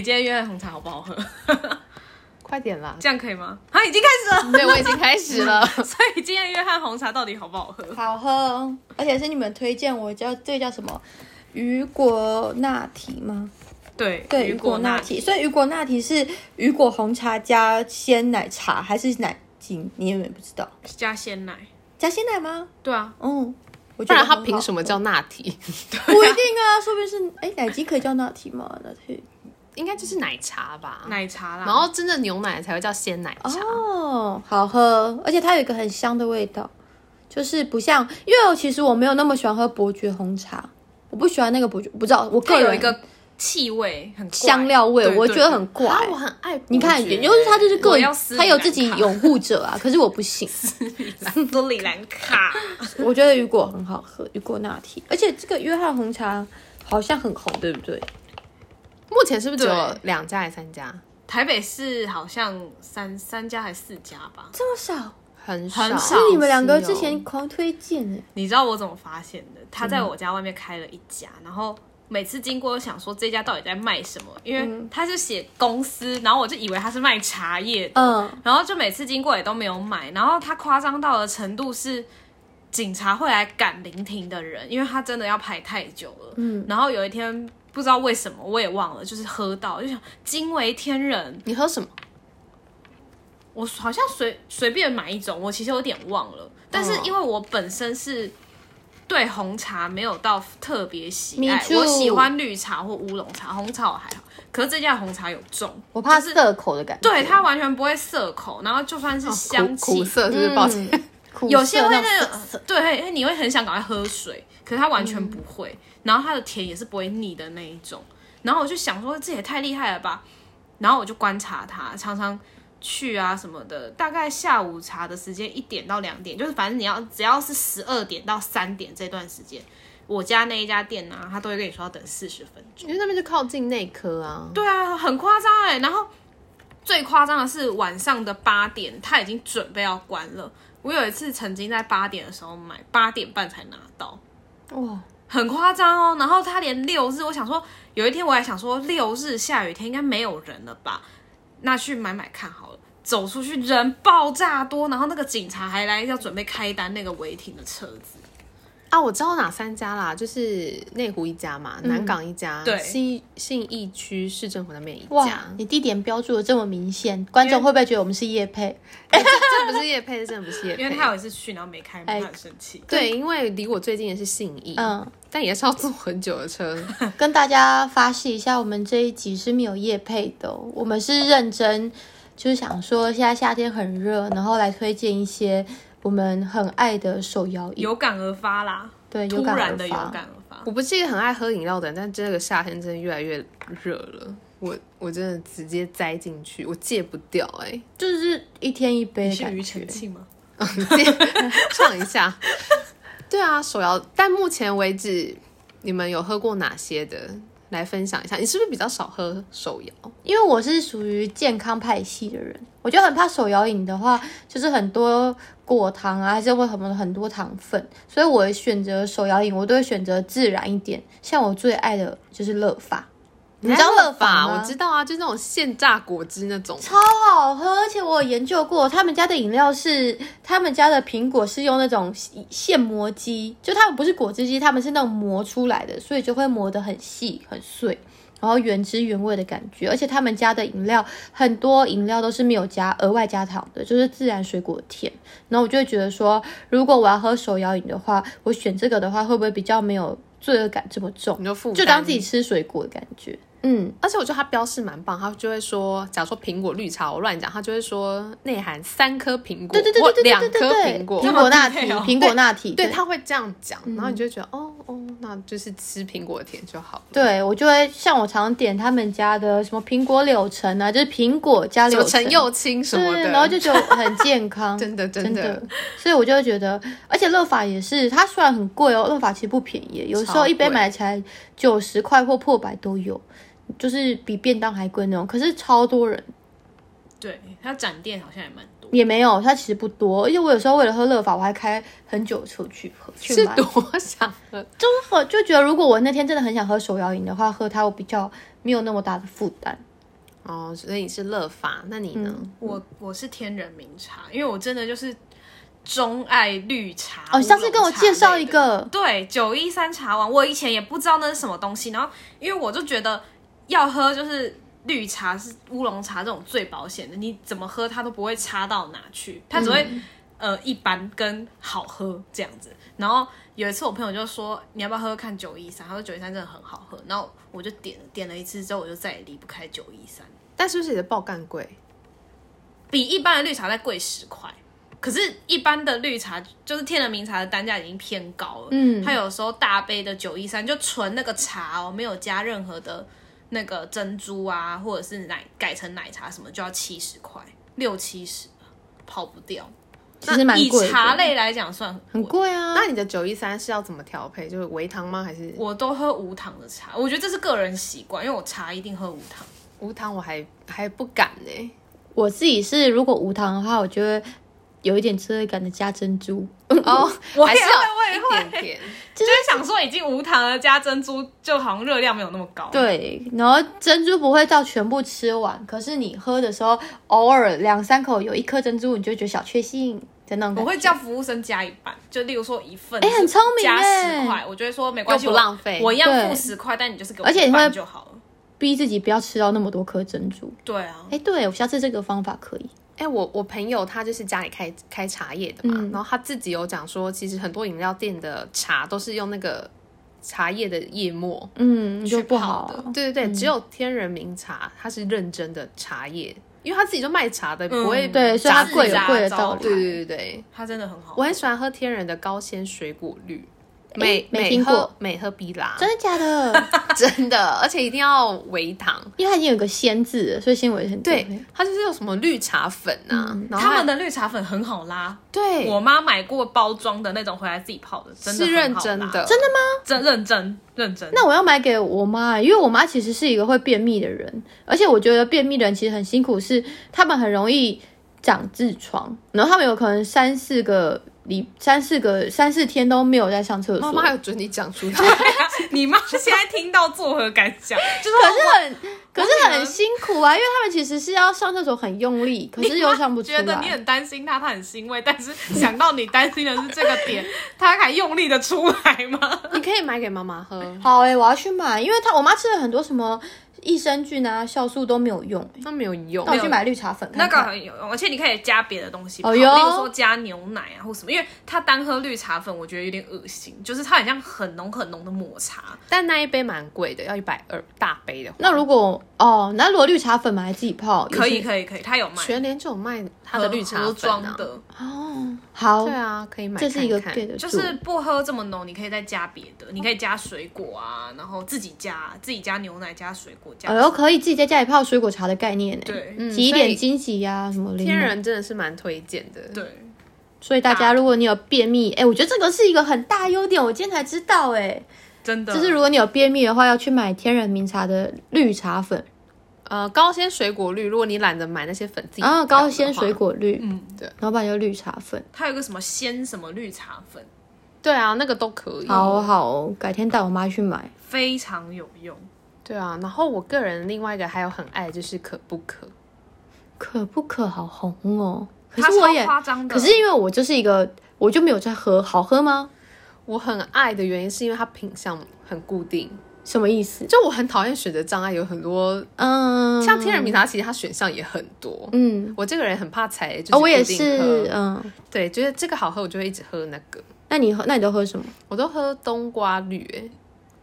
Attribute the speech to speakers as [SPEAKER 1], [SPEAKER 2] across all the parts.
[SPEAKER 1] 你今天约的红茶好不好喝？
[SPEAKER 2] 快点啦！
[SPEAKER 1] 这样可以吗？啊，已经开始了，
[SPEAKER 2] 对，我已经开始 了。
[SPEAKER 1] 所以今天约翰红茶到底好不好喝？
[SPEAKER 3] 好喝，而且是你们推荐我叫这个叫什么雨果拿提吗？
[SPEAKER 1] 对，
[SPEAKER 3] 对，
[SPEAKER 1] 雨
[SPEAKER 3] 雨
[SPEAKER 1] 果
[SPEAKER 3] 果
[SPEAKER 1] 拿
[SPEAKER 3] 拿
[SPEAKER 1] 铁。
[SPEAKER 3] 提。所以雨果拿提是雨果红茶加鲜奶茶还是奶精？你也不知道，
[SPEAKER 1] 加鲜奶。
[SPEAKER 3] 加鲜奶吗？
[SPEAKER 1] 对啊，
[SPEAKER 3] 嗯，我
[SPEAKER 2] 不
[SPEAKER 3] 觉得
[SPEAKER 2] 然
[SPEAKER 3] 很好
[SPEAKER 2] 他凭什么叫纳提？
[SPEAKER 3] 不一定啊， 说不定是哎，奶精可以叫拿提吗？拿提
[SPEAKER 2] 应该就是奶茶吧。
[SPEAKER 1] 奶茶啦。
[SPEAKER 2] 然后真的牛奶才会叫鲜奶茶。
[SPEAKER 3] 哦，好喝，而且它有一个很香的味道，就是不像，因为其实我没有那么喜欢喝伯爵红茶，我不喜欢那个伯爵，不知道我个
[SPEAKER 1] 它
[SPEAKER 3] 人
[SPEAKER 1] 有一个气味很怪
[SPEAKER 3] 香料味，
[SPEAKER 1] 对
[SPEAKER 3] 我
[SPEAKER 1] 对
[SPEAKER 3] 觉得
[SPEAKER 1] 对
[SPEAKER 3] 很怪。
[SPEAKER 2] 啊，我很爱伯爵。
[SPEAKER 3] 你看，也就是他就是个
[SPEAKER 1] 我
[SPEAKER 3] 人
[SPEAKER 1] 要撕，
[SPEAKER 3] 他有
[SPEAKER 1] 你
[SPEAKER 3] 自己
[SPEAKER 1] 兰卡
[SPEAKER 3] 拥护者啊。可是我不信，
[SPEAKER 1] 斯里兰卡。
[SPEAKER 3] 我觉得雨果很好喝，雨果拿铁，而且这个约翰红茶好像很红，对不对？
[SPEAKER 2] 目前是不是只有
[SPEAKER 1] 对
[SPEAKER 2] 两家还是三家？
[SPEAKER 1] 台北市好像三三家还是四家吧？
[SPEAKER 3] 这么少，
[SPEAKER 2] 很少。
[SPEAKER 1] 很少
[SPEAKER 3] 是你们两个
[SPEAKER 2] 是
[SPEAKER 3] 之前
[SPEAKER 2] 哦
[SPEAKER 3] 狂推荐哎。
[SPEAKER 1] 你知道我怎么发现的？他在我家外面开了一家，然后每次经过都想说这家到底在卖什么，因
[SPEAKER 3] 嗯
[SPEAKER 1] 为他是写公司，然后我就以为他是卖茶叶的，
[SPEAKER 3] 嗯，
[SPEAKER 1] 然后就每次经过也都没有买。然后他夸张到的程度是，警察会来赶临停的人，因为他真的要排太久了。嗯，然后有一天不知道为什么我也忘了，就是喝到就想惊为天人。
[SPEAKER 2] 你喝什么？
[SPEAKER 1] 我好像随随便买一种，我其实有点忘了，但是因为我本身是。对红茶没有到特别喜爱
[SPEAKER 3] Me，too
[SPEAKER 1] 我喜欢绿茶或乌龙茶，红茶我还好。可是这家的红茶有重，
[SPEAKER 3] 我怕
[SPEAKER 1] 就是
[SPEAKER 3] 涩哦口的感觉。
[SPEAKER 1] 对它完全不会涩口，然后就算是香
[SPEAKER 2] 苦
[SPEAKER 1] 气，
[SPEAKER 2] 苦涩是
[SPEAKER 3] 嗯
[SPEAKER 2] 不是？抱歉，
[SPEAKER 3] 苦涩
[SPEAKER 1] 有些会
[SPEAKER 3] 那
[SPEAKER 1] 那
[SPEAKER 3] 种涩涩
[SPEAKER 1] 种，对，你会很想赶快喝水，可是它完
[SPEAKER 3] 嗯
[SPEAKER 1] 全不会，然后它的甜也是不会腻的那一种。然后我就想说，这也太厉害了吧！然后我就观察它，常常去啊什么的，大概下午茶的时间一点到两点，就是反正你要只要是十二点到三点这段时间，我家那一家店呢、啊，他都会跟你说要等四十分钟。
[SPEAKER 2] 因为那边就靠近内科啊。
[SPEAKER 1] 对啊，很夸张哎。然后最夸张的是晚上的八点，他已经准备要关了。我有一次曾经在八点的时候买，八点半才拿到，
[SPEAKER 3] 哇，
[SPEAKER 1] 很夸张哦。然后他连六日，我想说有一天我还想说六日下雨天应该没有人了吧，那去买买看好了。走出去人爆炸多，然后那个警察还来要准备开单那个违停的车子，
[SPEAKER 2] 啊，我知道哪三家啦，就是内湖一家
[SPEAKER 3] 嗯
[SPEAKER 2] 嘛，南港一家，
[SPEAKER 1] 对
[SPEAKER 2] 信信义区市政府那边一
[SPEAKER 3] 哇
[SPEAKER 2] 家。，
[SPEAKER 3] 你地点标注的这么明显，观众会不会觉得我们是叶配？
[SPEAKER 2] 哎这这不是叶配，这真的不是叶
[SPEAKER 1] 因为
[SPEAKER 2] 配。
[SPEAKER 1] 他有一次去然后没开门，
[SPEAKER 3] 哎
[SPEAKER 1] 他很生气。
[SPEAKER 2] 对，因为离我最近的是信义，
[SPEAKER 3] 嗯，
[SPEAKER 2] 但也是要坐很久的车。
[SPEAKER 3] 跟大家发誓一下，我们这一集是没有夜配的哦、我们是认真，就是想说现在夏天很热，然后来推荐一些我们很爱的手摇饮。
[SPEAKER 1] 有感而发啦，
[SPEAKER 3] 对，有
[SPEAKER 1] 突
[SPEAKER 3] 感
[SPEAKER 1] 然
[SPEAKER 3] 而
[SPEAKER 1] 的有
[SPEAKER 3] 发。
[SPEAKER 1] 感而发。
[SPEAKER 2] 我不是一个很爱喝饮料的人，但这个夏天真的越来越热了，我我真的直接栽进去，我戒不掉哎、
[SPEAKER 3] 就是一天一杯的
[SPEAKER 1] 是
[SPEAKER 3] 感
[SPEAKER 1] 庾澄
[SPEAKER 3] 觉。
[SPEAKER 1] 庆吗？
[SPEAKER 2] 唱一下。 对啊，手摇。但目前为止，你们有喝过哪些的？来分享一下，你是不是比较少喝手摇？
[SPEAKER 3] 因为我是属于健康派系的人，我就很怕手摇饮的话，就是很多果糖啊，还是会很多很多糖分，所以我选择手摇饮，我都会选择自然一点。像我最爱的就是乐法，你知道乐法吗
[SPEAKER 2] 我知道啊，就那种现榨果汁那种。
[SPEAKER 3] 超好喝，而且我有研究过，他们家的饮料是他们家的苹果是用那种现现磨机，就他们不是果汁机，他们是那种磨出来的，所以就会磨得很细很碎，然后原汁原味的感觉。而且他们家的饮料很多饮料都是没有加额外加糖的，就是自然水果甜。然后我就会觉得说，如果我要喝手摇饮的话，我选这个的话，会不会比较没有罪恶感这么重
[SPEAKER 2] 你？就负担
[SPEAKER 3] 就当自己吃水果的感觉。嗯，
[SPEAKER 2] 而且我觉得它标示蛮棒，它就会说，假如说苹果绿茶，我乱讲，它就会说内含三颗苹果，
[SPEAKER 3] 对对对
[SPEAKER 2] 或
[SPEAKER 3] 对对
[SPEAKER 2] 两
[SPEAKER 3] 对对
[SPEAKER 2] 颗
[SPEAKER 3] 对
[SPEAKER 2] 苹果，
[SPEAKER 3] 苹果纳提，
[SPEAKER 1] 这么 detail
[SPEAKER 3] 苹果纳提，
[SPEAKER 2] 对，它会这样讲，然后你就会觉得，哦哦，那就是吃苹果甜就好了。
[SPEAKER 3] 对我就会像我常点他们家的什么苹果柳橙啊，就是苹果加
[SPEAKER 2] 什
[SPEAKER 3] 柳
[SPEAKER 2] 么
[SPEAKER 3] 橙，
[SPEAKER 2] 陈又青什么
[SPEAKER 3] 对，
[SPEAKER 2] 的，
[SPEAKER 3] 然后就觉得很健康，
[SPEAKER 2] 真的真
[SPEAKER 3] 真
[SPEAKER 2] 的
[SPEAKER 3] 的，所以我就会觉得，而且乐法也是，它虽然很贵哦，乐法其实不便宜，有时
[SPEAKER 2] 超
[SPEAKER 3] 候
[SPEAKER 2] 贵
[SPEAKER 3] 一杯买起来九十块或破百都有，就是比便当还贵那种，可是超多人。
[SPEAKER 1] 对，他展店好像也蛮多。
[SPEAKER 3] 也没有，它其实不多，而且我有时候为了喝乐法，我还开很久的车去喝去
[SPEAKER 2] 是
[SPEAKER 3] 买。
[SPEAKER 2] 多想了。
[SPEAKER 3] 喝就觉得，如果我那天真的很想喝手摇饮的话，喝它我比较没有那么大的负担。
[SPEAKER 2] 哦，所以你是乐法，那你
[SPEAKER 3] 嗯
[SPEAKER 2] 呢？
[SPEAKER 1] 我我是天人名茶，因为我真的就是钟爱绿茶。
[SPEAKER 3] 哦，你上次跟我介绍一
[SPEAKER 1] 乌龙茶类的，
[SPEAKER 3] 个，
[SPEAKER 1] 对，九一三茶王，我以前也不知道那是什么东西，然后因为我就觉得要喝就是绿茶是乌龙茶这种最保险的，你怎么喝它都不会差到哪去，它只会、
[SPEAKER 3] 嗯
[SPEAKER 1] 呃一般跟好喝这样子。然后有一次我朋友就说你要不要喝喝看九一三，他说九一三真的很好喝，然后我就点点了一次之后，我就再也离不开九一三。
[SPEAKER 2] 但是不是你的爆干贵？
[SPEAKER 1] 比一般的绿茶再贵十块。可是，一般的绿茶就是天人名茶的单价已经偏高了。
[SPEAKER 3] 嗯
[SPEAKER 1] 它有时候大杯的九一三就纯那个茶哦，没有加任何的那个珍珠啊，或者是奶改成奶茶什么，就要七十块，六七十，跑不掉。
[SPEAKER 3] 其实蛮
[SPEAKER 1] 以
[SPEAKER 3] 贵的，
[SPEAKER 1] 茶类来讲算很
[SPEAKER 3] 很
[SPEAKER 1] 贵。
[SPEAKER 3] 贵啊。
[SPEAKER 2] 那你的九一三是要怎么调配？就是微糖吗？还是
[SPEAKER 1] 我都喝无糖的茶，我觉得这是个人习惯，因为我茶一定喝无糖。
[SPEAKER 2] 无糖？我还还不敢呢、
[SPEAKER 3] 我自己是如果无糖的话，我觉得有一点罪恶感的加珍珠，
[SPEAKER 2] 哦，
[SPEAKER 1] 我
[SPEAKER 2] 还
[SPEAKER 1] 也
[SPEAKER 2] 是
[SPEAKER 1] 会
[SPEAKER 2] 有
[SPEAKER 1] 我也
[SPEAKER 2] 一点点。
[SPEAKER 1] 就是想说，已经无糖了加珍珠，就好像热量没有那么高。
[SPEAKER 3] 对，然后珍珠不会到全部吃完，可是你喝的时候偶尔两三口有一颗珍珠，你就觉得小确幸的那种感觉。
[SPEAKER 1] 我会叫服务生加一半，就例如说一份，
[SPEAKER 3] 哎很聪明
[SPEAKER 1] 加
[SPEAKER 3] 哎
[SPEAKER 1] 十块，我就会说没关系，
[SPEAKER 2] 又不
[SPEAKER 1] 我
[SPEAKER 2] 浪费
[SPEAKER 1] 我一样付
[SPEAKER 3] 对
[SPEAKER 1] 十块，但你就是给我
[SPEAKER 3] 而且
[SPEAKER 1] 一
[SPEAKER 3] 你会
[SPEAKER 1] 半就好了。
[SPEAKER 3] 逼自己不要吃到那么多颗珍珠。
[SPEAKER 1] 对啊，
[SPEAKER 3] 哎，对我下次这个方法可以。
[SPEAKER 2] 哎、我我朋友他就是家里开开茶叶的嘛，
[SPEAKER 3] 嗯
[SPEAKER 2] 然后他自己有讲说，其实很多饮料店的茶都是用那个茶叶的叶末。
[SPEAKER 3] 嗯，就
[SPEAKER 2] 去
[SPEAKER 3] 不
[SPEAKER 2] 泡
[SPEAKER 3] 好
[SPEAKER 2] 的
[SPEAKER 3] 啊。
[SPEAKER 2] 对对对，只有天人名茶，它是认真的茶叶，因为他自己就卖茶的，
[SPEAKER 1] 嗯
[SPEAKER 2] 不会
[SPEAKER 3] 对，所以它
[SPEAKER 2] 杂
[SPEAKER 3] 贵有
[SPEAKER 2] 杂
[SPEAKER 3] 贵的道理。
[SPEAKER 2] 对对对对，
[SPEAKER 1] 它真的很好
[SPEAKER 2] 我。很喜欢喝天人的高鲜水果绿，每
[SPEAKER 3] 没
[SPEAKER 2] 每
[SPEAKER 3] 听过
[SPEAKER 2] 喝每喝必拉，
[SPEAKER 3] 真的假的？
[SPEAKER 2] 真的，而且一定要微糖。
[SPEAKER 3] 因为它已经有个“鲜”字了，所以纤维很多
[SPEAKER 2] 对，它就是有什么绿茶粉啊，
[SPEAKER 3] 嗯
[SPEAKER 2] 然后
[SPEAKER 1] 他们
[SPEAKER 2] 的
[SPEAKER 1] 的绿茶粉很好拉，
[SPEAKER 2] 对
[SPEAKER 1] 我妈买过包装的那种回来自己泡的，真的
[SPEAKER 2] 是认
[SPEAKER 1] 很好
[SPEAKER 2] 真
[SPEAKER 1] 拉
[SPEAKER 2] 的，，
[SPEAKER 3] 真的吗？
[SPEAKER 1] 真认真认真。
[SPEAKER 3] 那我要买给我妈、因为我妈其实是一个会便秘的人，而且我觉得便秘的人其实很辛苦，是他们很容易长痔疮，然后他们有可能三四个礼三四个三四天都没有在上厕所，
[SPEAKER 2] 妈妈有准你讲出来，
[SPEAKER 1] 你妈现在听到作何感想？就是
[SPEAKER 3] 可是很可是很辛苦啊，因为他们其实是要上厕所很用力，可是又 上不出
[SPEAKER 1] 觉得你
[SPEAKER 3] 来。
[SPEAKER 1] 很担心她，她很欣慰，但是想到你担心的是这个 点，她还用力的出来吗？
[SPEAKER 2] 你可以买给妈妈喝。
[SPEAKER 3] 好哎、我要去买，因为她我妈吃了很多什么益生菌啊、酵素都没有用、欸，
[SPEAKER 2] 那没有用，
[SPEAKER 3] 那我去买绿茶粉
[SPEAKER 1] 那
[SPEAKER 3] 看
[SPEAKER 1] 个
[SPEAKER 3] 看。
[SPEAKER 1] 很有用，而且你可以加别的东西泡，
[SPEAKER 3] 哦
[SPEAKER 1] 例
[SPEAKER 3] 哟
[SPEAKER 1] 如说加牛奶啊或什么，因为它单喝绿茶粉，我觉得有点恶心，就是它很像很浓很浓的抹茶。
[SPEAKER 2] 但那一杯蛮贵的，要一百二，大杯的话。
[SPEAKER 3] 那如果哦，那如果绿茶粉买来自己泡，
[SPEAKER 1] 可以
[SPEAKER 3] 也是
[SPEAKER 1] 可以可以，它有卖
[SPEAKER 2] 全联就有卖它
[SPEAKER 1] 盒
[SPEAKER 2] 的绿茶
[SPEAKER 1] 盒
[SPEAKER 2] 粉
[SPEAKER 1] 装
[SPEAKER 2] 啊，
[SPEAKER 1] 的，
[SPEAKER 3] 哦，好，
[SPEAKER 2] 对啊，可以买看
[SPEAKER 3] 这
[SPEAKER 2] 看。
[SPEAKER 3] 是一个 get 得住
[SPEAKER 1] 就是不喝这么浓，你可以再加别的，你可以加水果啊，然后自己加自己加牛奶加水果加。
[SPEAKER 3] 哎呦，可以自己在家里泡水果茶的概念呢。
[SPEAKER 1] 对
[SPEAKER 2] 嗯
[SPEAKER 3] 挤一
[SPEAKER 2] 所
[SPEAKER 3] 点
[SPEAKER 2] 以
[SPEAKER 3] 惊喜呀，什么柠檬
[SPEAKER 2] 天。人真的是蛮推荐的。，
[SPEAKER 1] 对，
[SPEAKER 3] 所以大家，如果你有便秘，哎，我觉得这个是一个很大优点，我今天才知道，哎，
[SPEAKER 1] 真的
[SPEAKER 3] 就是如果你有便秘的话，要去买天人名茶的绿茶粉
[SPEAKER 2] 呃，高鲜水果绿，如果你懒得买那些粉自己，
[SPEAKER 3] 然后啊高纤水，果绿，
[SPEAKER 1] 嗯，
[SPEAKER 3] 然后不然就绿茶粉。
[SPEAKER 1] 它有个什么鲜什么绿茶粉，
[SPEAKER 2] 对啊，那个都可以。
[SPEAKER 3] 好哦好哦，改天带我妈去买。
[SPEAKER 1] 非常有用。
[SPEAKER 2] 对啊，然后我个人另外一个还有很爱的就是可不可，
[SPEAKER 3] 可不可好红哦？可
[SPEAKER 1] 它
[SPEAKER 3] 是我
[SPEAKER 1] 超
[SPEAKER 3] 也，
[SPEAKER 1] 夸张的，
[SPEAKER 3] 可是因为我就是一个，我就没有在喝，好喝吗？
[SPEAKER 2] 我很爱的原因是因为它品相很固定，
[SPEAKER 3] 什么意思？
[SPEAKER 2] 就我很讨厌选择障碍，有很多
[SPEAKER 3] 嗯，
[SPEAKER 2] 像天人名茶，其实它选项也很多。
[SPEAKER 3] 嗯，
[SPEAKER 2] 我这个人很怕踩，就是
[SPEAKER 3] 哦，我也
[SPEAKER 2] 固定喝
[SPEAKER 3] 是，嗯。
[SPEAKER 2] 对，觉得这个好喝，我就会一直喝那个。
[SPEAKER 3] 那你喝，那你都喝什么？
[SPEAKER 2] 我都喝冬瓜绿、欸，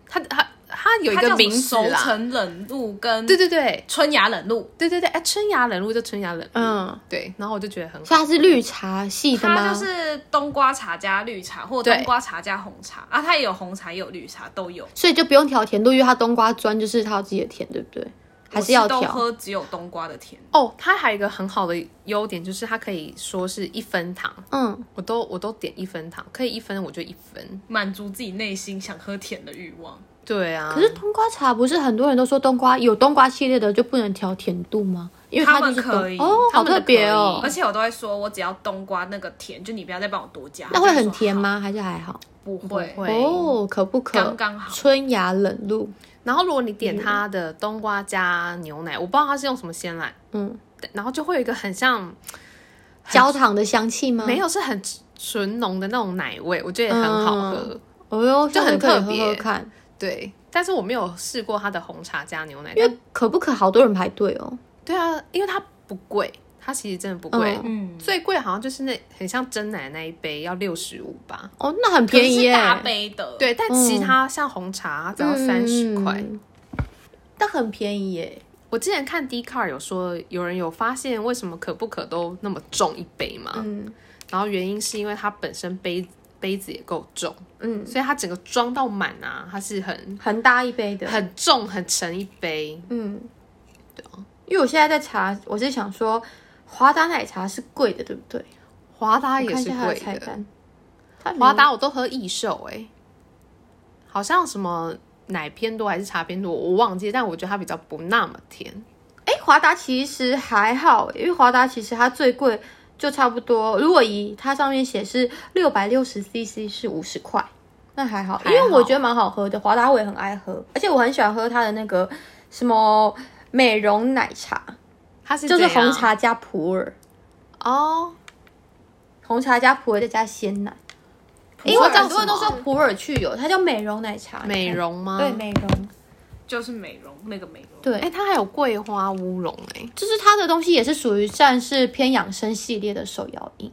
[SPEAKER 2] 它它它有一
[SPEAKER 1] 它叫
[SPEAKER 2] 个
[SPEAKER 1] 什么
[SPEAKER 2] 名字
[SPEAKER 1] 熟
[SPEAKER 2] 啦。
[SPEAKER 1] 成冷露跟
[SPEAKER 2] 对对对
[SPEAKER 1] 春芽冷露，
[SPEAKER 2] 对对对，哎，春芽冷露就春芽冷露，
[SPEAKER 3] 嗯，
[SPEAKER 2] 对。然后我就觉得很好，
[SPEAKER 3] 所以它是绿茶系的
[SPEAKER 1] 它
[SPEAKER 3] 吗？
[SPEAKER 1] 就是冬瓜茶加绿茶，或
[SPEAKER 2] 对
[SPEAKER 1] 冬瓜茶加红茶啊，它也有红茶也有绿茶都有，
[SPEAKER 3] 所以就不用调甜度，因为它冬瓜砖就是它有自己的甜，对不对？还是要
[SPEAKER 1] 我都
[SPEAKER 3] 调？
[SPEAKER 1] 喝只有冬瓜的甜，
[SPEAKER 2] 哦，它还有一个很好的优点就是它可以说是一分糖，
[SPEAKER 3] 嗯，
[SPEAKER 2] 我都我都点一分糖，可以一分我就一分。
[SPEAKER 1] 满足自己内心想喝甜的欲望。
[SPEAKER 2] 对啊，
[SPEAKER 3] 可是冬瓜茶不是很多人都说冬瓜有冬瓜系列的就不能调甜度吗？因为它
[SPEAKER 1] 他
[SPEAKER 3] 就
[SPEAKER 1] 们
[SPEAKER 3] 是冬
[SPEAKER 1] 可以
[SPEAKER 3] 哦，
[SPEAKER 1] 他
[SPEAKER 3] 好
[SPEAKER 1] 们
[SPEAKER 3] 特
[SPEAKER 1] 的
[SPEAKER 3] 别
[SPEAKER 1] 可
[SPEAKER 3] 哦
[SPEAKER 1] 以而。且我都会说，我只要冬瓜那个甜，就你不要再帮我多加。
[SPEAKER 3] 那会
[SPEAKER 1] 他就
[SPEAKER 3] 很
[SPEAKER 1] 说
[SPEAKER 3] 甜
[SPEAKER 1] 好？
[SPEAKER 3] 吗？还是还好？
[SPEAKER 1] 不
[SPEAKER 2] 不
[SPEAKER 1] 会，
[SPEAKER 2] 会
[SPEAKER 3] 哦，可不可？
[SPEAKER 1] 刚刚好
[SPEAKER 3] 春芽冷露，
[SPEAKER 2] 然后如果你点它的冬瓜加牛奶，我不知道它是用什么鲜奶，
[SPEAKER 3] 嗯，
[SPEAKER 2] 但然后就会有一个很像
[SPEAKER 3] 焦糖的香气吗？
[SPEAKER 2] 没有是很纯浓的那种奶味，我觉得也很好喝。
[SPEAKER 3] 哦哟，
[SPEAKER 2] 就
[SPEAKER 3] 下次
[SPEAKER 2] 很
[SPEAKER 3] 可以
[SPEAKER 2] 特别
[SPEAKER 3] 喝喝看，
[SPEAKER 2] 对，但是我没有试过它的红茶加牛奶，
[SPEAKER 3] 因
[SPEAKER 2] 但
[SPEAKER 3] 为可不可好多人排队哦。
[SPEAKER 2] 对啊，因为它不贵，它其实真的不贵。
[SPEAKER 3] 嗯
[SPEAKER 1] 嗯，
[SPEAKER 2] 最贵好像就是那很像真奶那一杯要六十五吧，
[SPEAKER 3] 哦，那很
[SPEAKER 1] 可
[SPEAKER 3] 便宜
[SPEAKER 1] 是
[SPEAKER 3] 耶，
[SPEAKER 1] 大杯的，，
[SPEAKER 2] 对，但其他像红茶只要三十块。
[SPEAKER 3] 嗯，那很便宜耶。
[SPEAKER 2] 我之前看 D car 有说有人有发现为什么可不可都那么重一杯嘛，
[SPEAKER 3] 嗯
[SPEAKER 2] 然后原因是因为它本身杯杯子也够重，
[SPEAKER 3] 嗯，
[SPEAKER 2] 所以它整个装到满啊，它是很
[SPEAKER 3] 很大一杯的，
[SPEAKER 2] 很重很沉一杯，
[SPEAKER 3] 嗯，对因为我现在在查，我是想说，华达奶茶是贵的，对不对？
[SPEAKER 2] 华达
[SPEAKER 3] 我
[SPEAKER 2] 也
[SPEAKER 3] 看一
[SPEAKER 2] 是
[SPEAKER 3] 下它的
[SPEAKER 2] 贵
[SPEAKER 3] 菜
[SPEAKER 2] 的，
[SPEAKER 3] 单，它
[SPEAKER 2] 华
[SPEAKER 3] 没有
[SPEAKER 2] 达我都喝益寿哎、好像什么奶偏多还是茶偏多，我忘记，但我觉得它比较不那么甜。
[SPEAKER 3] 哎，华达其实还好，因为华达其实它最贵就差不多，如果以它上面写是六百六十 CC 是五十块，那还好，因为我觉得蛮好喝的，华达我也很爱喝，而且我很喜欢喝它的那个什么美容奶茶，
[SPEAKER 2] 它是
[SPEAKER 3] 就是
[SPEAKER 2] 怎样
[SPEAKER 3] 红茶加普洱，
[SPEAKER 2] 哦，
[SPEAKER 3] 红茶加普洱再加鲜奶，
[SPEAKER 2] 洱
[SPEAKER 3] 因为很多人
[SPEAKER 2] 叫
[SPEAKER 3] 都
[SPEAKER 2] 什么
[SPEAKER 3] 说普洱去油，它叫美容奶茶，
[SPEAKER 2] 美容吗？
[SPEAKER 3] 对美容，
[SPEAKER 1] 就是美容那个美容，
[SPEAKER 3] 对
[SPEAKER 2] 哎、，它还有桂花乌龙哎，
[SPEAKER 3] 就是它的东西也是属于算是偏养生系列的手摇饮。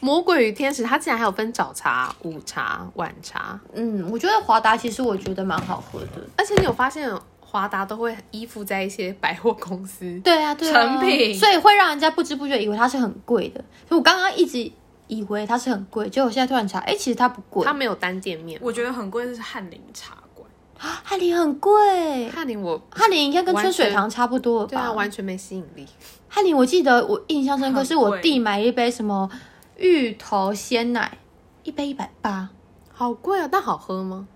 [SPEAKER 2] 魔鬼与天使，它竟然还有分早茶、午茶、晚茶，
[SPEAKER 3] 嗯，我觉得华达其实我觉得蛮好喝的。
[SPEAKER 2] 而且你有发现华达都会依附在一些百货公司，
[SPEAKER 3] 对啊，对啊，
[SPEAKER 1] 成品
[SPEAKER 3] 所以会让人家不知不觉以为它是很贵的。所以我刚刚一直以为它是很贵，结果我现在突然查，哎，其实它不贵
[SPEAKER 2] 它，没有单店面。
[SPEAKER 1] 我觉得很贵的是翰林茶馆，
[SPEAKER 3] 翰林很贵。
[SPEAKER 2] 翰林我
[SPEAKER 3] 翰林应该跟
[SPEAKER 2] 完
[SPEAKER 3] 春水
[SPEAKER 2] 全
[SPEAKER 3] 堂差不多了
[SPEAKER 2] 对啊
[SPEAKER 3] 吧？
[SPEAKER 2] 完全没吸引力，
[SPEAKER 3] 翰林，我记得我印象深刻，
[SPEAKER 1] 很
[SPEAKER 3] 是我
[SPEAKER 1] 贵
[SPEAKER 3] 弟买一杯什么芋头鲜奶，一杯一百八。
[SPEAKER 2] 好贵啊，但好喝吗？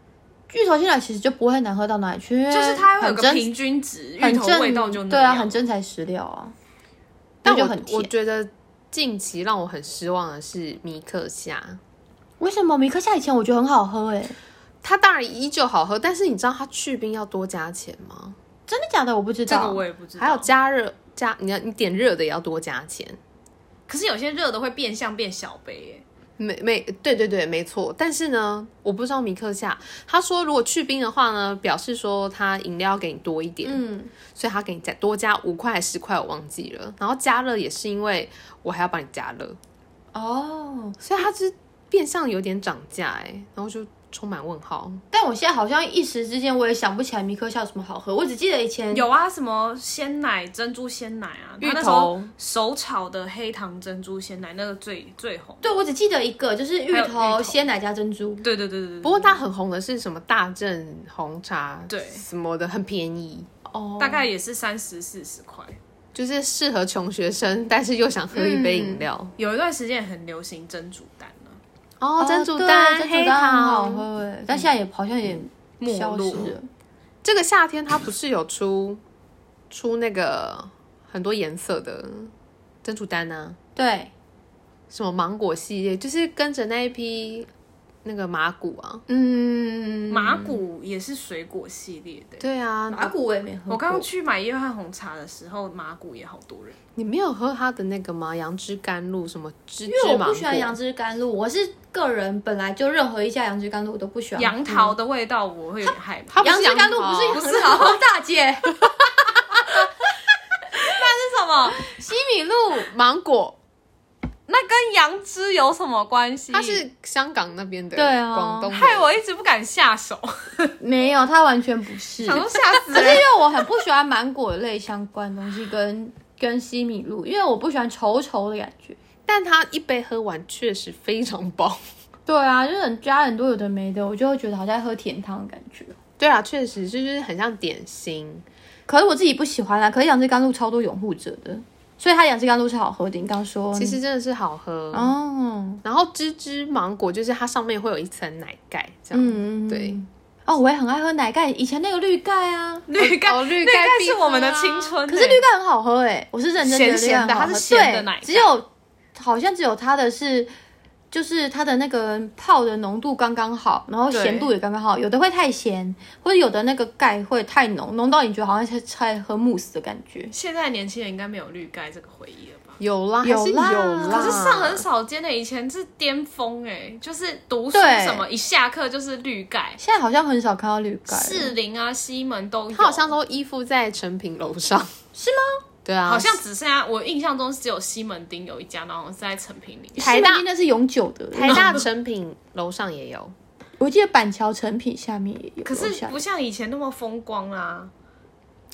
[SPEAKER 3] 芋头鲜奶其实就不会难喝到哪里去，
[SPEAKER 1] 就是它会有
[SPEAKER 3] 很
[SPEAKER 1] 个
[SPEAKER 3] 真
[SPEAKER 1] 平均值，芋
[SPEAKER 3] 很
[SPEAKER 1] 头
[SPEAKER 3] 正
[SPEAKER 1] 味道就那
[SPEAKER 3] 对啊，
[SPEAKER 1] 样
[SPEAKER 3] 很真材实料啊。
[SPEAKER 2] 但
[SPEAKER 3] 那
[SPEAKER 2] 我
[SPEAKER 3] 就很甜
[SPEAKER 2] 我觉得近期让我很失望的是米克夏，
[SPEAKER 3] 为什么米克夏以前我觉得很好喝哎、
[SPEAKER 2] 它当然依旧好喝，但是你知道它去冰要多加钱吗？
[SPEAKER 3] 真的假的？我不知
[SPEAKER 1] 这
[SPEAKER 3] 道。
[SPEAKER 1] 个我也不知道。
[SPEAKER 2] 还有加热加你要你点热的也要多加钱。
[SPEAKER 1] 可是有些热的会变相变小杯耶，
[SPEAKER 2] 没没对对对，没错。但是呢，我不知道米克夏，他说如果去冰的话呢，表示说他饮料要给你多一点，
[SPEAKER 3] 嗯，
[SPEAKER 2] 所以他给你再多加五块还十块，我忘记了。然后加热也是因为我还要帮你加热，
[SPEAKER 3] 哦，
[SPEAKER 2] 所以它是变相有点涨价哎、然后就充满问号。
[SPEAKER 3] 但我现在好像一时之间我也想不起来米克夏有什么好喝，我只记得以前
[SPEAKER 1] 有啊，什么鲜奶珍珠鲜奶啊，
[SPEAKER 2] 芋
[SPEAKER 1] 它那时
[SPEAKER 2] 头
[SPEAKER 1] 候手炒的黑糖珍珠鲜奶那个最最红。
[SPEAKER 3] 对我只记得一个，就是芋
[SPEAKER 1] 还有芋
[SPEAKER 3] 头
[SPEAKER 1] 头
[SPEAKER 3] 鲜奶加珍珠。
[SPEAKER 1] 对对对对对，
[SPEAKER 2] 不过它很红的是什么大正红茶，
[SPEAKER 1] 对
[SPEAKER 2] 什么的很便宜，
[SPEAKER 3] 哦，
[SPEAKER 1] 大概也是三十四十块。
[SPEAKER 2] 就是适合穷学生，但是又想喝一杯饮料。
[SPEAKER 3] 嗯
[SPEAKER 1] 有一段时间也很流行蒸煮蛋啊，
[SPEAKER 2] 哦，珍珠
[SPEAKER 3] 对
[SPEAKER 2] 蛋、
[SPEAKER 3] 珍
[SPEAKER 2] 黑
[SPEAKER 3] 珠蛋很好
[SPEAKER 2] 糖，
[SPEAKER 3] 喝哎、但现在也好像有点
[SPEAKER 1] 嗯没
[SPEAKER 3] 消
[SPEAKER 1] 落
[SPEAKER 3] 失了。
[SPEAKER 2] 这个夏天它不是有出出那个很多颜色的珍珠丹啊，
[SPEAKER 3] 对，
[SPEAKER 2] 什么芒果系列，就是跟着那一批那个麻古啊。
[SPEAKER 3] 嗯，
[SPEAKER 1] 麻古也是水果系列的。
[SPEAKER 2] 对啊，
[SPEAKER 3] 麻古我也没喝过。
[SPEAKER 1] 我刚刚去买叶汉红茶的时候，麻古也好多人。
[SPEAKER 2] 你没有喝它的那个吗？杨枝甘露什么芝
[SPEAKER 3] 因为
[SPEAKER 2] 芝
[SPEAKER 3] 我
[SPEAKER 2] 芒
[SPEAKER 3] 不喜欢杨
[SPEAKER 2] 果？
[SPEAKER 3] 枝甘露，我是个人本来就任何一家杨枝甘露我都不喜欢。
[SPEAKER 1] 杨桃的味道我会有点害怕。
[SPEAKER 2] 它不
[SPEAKER 3] 杨
[SPEAKER 2] 是
[SPEAKER 3] 枝
[SPEAKER 2] 杨
[SPEAKER 3] 甘露不是很好，大姐。那是什么？西米露
[SPEAKER 2] 芒果，
[SPEAKER 1] 那跟杨枝有什么关系？
[SPEAKER 2] 它是香港那边的，
[SPEAKER 3] 对啊
[SPEAKER 2] 广东的。
[SPEAKER 1] 害我一直不敢下手，
[SPEAKER 3] 没有，它完全不是。
[SPEAKER 1] 想说
[SPEAKER 3] 可
[SPEAKER 1] 吓死
[SPEAKER 3] 是因
[SPEAKER 1] 人。
[SPEAKER 3] 为我很不喜欢
[SPEAKER 2] 啊
[SPEAKER 3] 芒果类相关的东西跟 跟西米露，因为我不喜欢稠稠的感觉。
[SPEAKER 2] 但它一杯喝完确实非常饱。
[SPEAKER 3] 对啊，就是很加很多有的没的，我就会觉得好像在喝甜汤的感觉。
[SPEAKER 2] 对啊，确实就是很像点心。
[SPEAKER 3] 可是我自己不喜欢啊。可是杨枝甘露超多拥护者的，所以它杨枝甘露是好喝的。你刚刚说，
[SPEAKER 2] 其实真的是好喝。
[SPEAKER 3] 嗯哦，
[SPEAKER 2] 然后芝芝芒果就是它上面会有一层奶盖，这样。
[SPEAKER 3] 嗯，
[SPEAKER 2] 对。
[SPEAKER 3] 哦，哦，我也很爱喝奶盖，以前那个绿盖啊，
[SPEAKER 1] 绿盖、
[SPEAKER 2] 哦绿
[SPEAKER 1] 盖
[SPEAKER 2] 盖必
[SPEAKER 1] 是我们的
[SPEAKER 2] 喝啊
[SPEAKER 1] 青春欸、
[SPEAKER 3] 可是绿盖很好喝哎、我是认真觉得
[SPEAKER 1] 咸
[SPEAKER 3] 绿盖
[SPEAKER 1] 咸的
[SPEAKER 3] 很好喝
[SPEAKER 1] 它是咸的奶盖
[SPEAKER 3] 对，只有好像只有它的是。就是它的那个泡的浓度刚刚好，然后
[SPEAKER 1] 对
[SPEAKER 3] 咸度也刚刚好，有的会太咸，或者有的那个钙会太浓，浓到你觉得好像是在喝慕斯的感觉。
[SPEAKER 1] 现在年轻人应该没有绿盖这个回忆了吧？
[SPEAKER 2] 有啦，
[SPEAKER 3] 有
[SPEAKER 2] 还是有
[SPEAKER 3] 啦
[SPEAKER 2] 啦。
[SPEAKER 1] 可是上很少见的，以前是巅峰哎、就是读书
[SPEAKER 3] 对
[SPEAKER 1] 什么一下课就是绿盖，
[SPEAKER 3] 现在好像很少看到绿盖了，
[SPEAKER 1] 士林啊、西门都有。
[SPEAKER 2] 他好像都依附在成品楼上，是吗？对啊，
[SPEAKER 1] 好像只剩下我印象中只有西门町有一家，然后是在成品里面。
[SPEAKER 2] 台大
[SPEAKER 3] 西门町那是永久的，
[SPEAKER 2] 台大成品楼上也有。
[SPEAKER 3] 我记得板桥成品下面也有，
[SPEAKER 1] 可
[SPEAKER 3] 楼
[SPEAKER 1] 是
[SPEAKER 3] 下
[SPEAKER 1] 不像以前那么风光啊啦、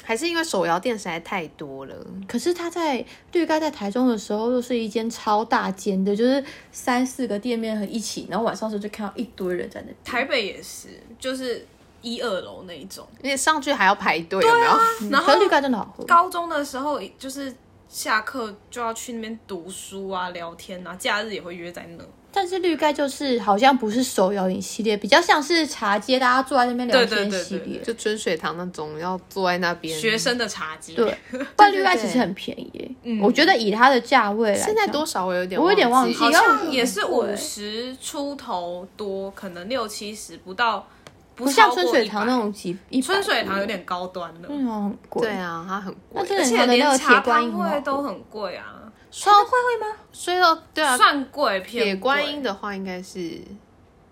[SPEAKER 2] 还是因为手摇店实在太多了，
[SPEAKER 3] 可是他在绿盖在台中的时候，又是一间超大间的，就是三四个店面很一起，然后晚上的时候就看到一堆人在那边。
[SPEAKER 1] 台北也是，就是一二楼那一种。
[SPEAKER 2] 而且上去还要排队，有没有？
[SPEAKER 1] 然
[SPEAKER 3] 嗯可
[SPEAKER 1] 后
[SPEAKER 3] 是绿盖真的好喝，
[SPEAKER 1] 高中的时候就是下课就要去那边读书啊、聊天啊，假日也会约在那。
[SPEAKER 3] 但是绿盖就是好像不是手摇饮系列，比较像是茶街大家坐在那边聊
[SPEAKER 1] 对对
[SPEAKER 3] 天
[SPEAKER 1] 对
[SPEAKER 3] 系
[SPEAKER 1] 对
[SPEAKER 3] 列。
[SPEAKER 2] 就春水堂那种，要坐在那边。
[SPEAKER 1] 学生的茶几，
[SPEAKER 3] 对，不然
[SPEAKER 2] 对
[SPEAKER 3] 绿盖
[SPEAKER 2] 对
[SPEAKER 3] 其实很便宜耶，
[SPEAKER 1] 嗯
[SPEAKER 3] 我觉得以它的价位来讲，
[SPEAKER 2] 现在多少我有点，
[SPEAKER 3] 我有点忘记
[SPEAKER 1] 好像也是
[SPEAKER 3] 要
[SPEAKER 1] 五
[SPEAKER 3] 很贵
[SPEAKER 1] 十出头多，可能六七十不到，不
[SPEAKER 3] 不像
[SPEAKER 1] 超过
[SPEAKER 3] 春水堂
[SPEAKER 1] 100
[SPEAKER 3] 那。种几一百
[SPEAKER 1] 春水堂有点高端了，
[SPEAKER 3] 嗯很贵，
[SPEAKER 2] 对啊，它很贵
[SPEAKER 3] 那。真
[SPEAKER 1] 而
[SPEAKER 3] 的
[SPEAKER 1] 且
[SPEAKER 3] 他的那
[SPEAKER 1] 连
[SPEAKER 3] 个
[SPEAKER 1] 茶
[SPEAKER 3] 铁观音
[SPEAKER 1] 汤
[SPEAKER 3] 很好
[SPEAKER 1] 会
[SPEAKER 3] 喝
[SPEAKER 1] 都很贵啊，
[SPEAKER 3] 超会会吗？
[SPEAKER 2] 所以说，对啊，
[SPEAKER 1] 算贵偏
[SPEAKER 2] 铁观音
[SPEAKER 1] 的
[SPEAKER 2] 的话应该是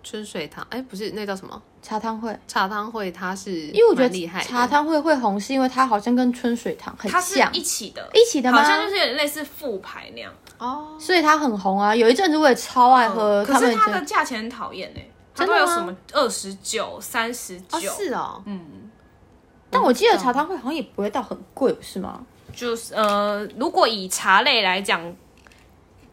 [SPEAKER 2] 春水堂，哎，不是那叫什么
[SPEAKER 3] 茶汤会。
[SPEAKER 2] 茶汤会，它是
[SPEAKER 3] 因为我觉得
[SPEAKER 2] 蛮厉害的
[SPEAKER 3] 茶汤会会红，是因为它好像跟春水堂很
[SPEAKER 1] 它是
[SPEAKER 3] 像，
[SPEAKER 1] 一起的，
[SPEAKER 3] 一起的吗
[SPEAKER 1] 好像就是有点类似副牌那样。
[SPEAKER 2] 哦，
[SPEAKER 3] 所以它很红啊。有一阵子我也超爱喝，
[SPEAKER 1] 可是
[SPEAKER 3] 呃们
[SPEAKER 1] 它的价钱很讨厌哎，它
[SPEAKER 3] 真
[SPEAKER 1] 都
[SPEAKER 3] 的
[SPEAKER 1] 有
[SPEAKER 3] 吗
[SPEAKER 1] 什么二十九、三十
[SPEAKER 2] 哦
[SPEAKER 1] 九，
[SPEAKER 2] 是哦，
[SPEAKER 3] 但我记得茶汤会好像也不会到很贵，不是吗？
[SPEAKER 1] 就是呃，如果以茶类来讲，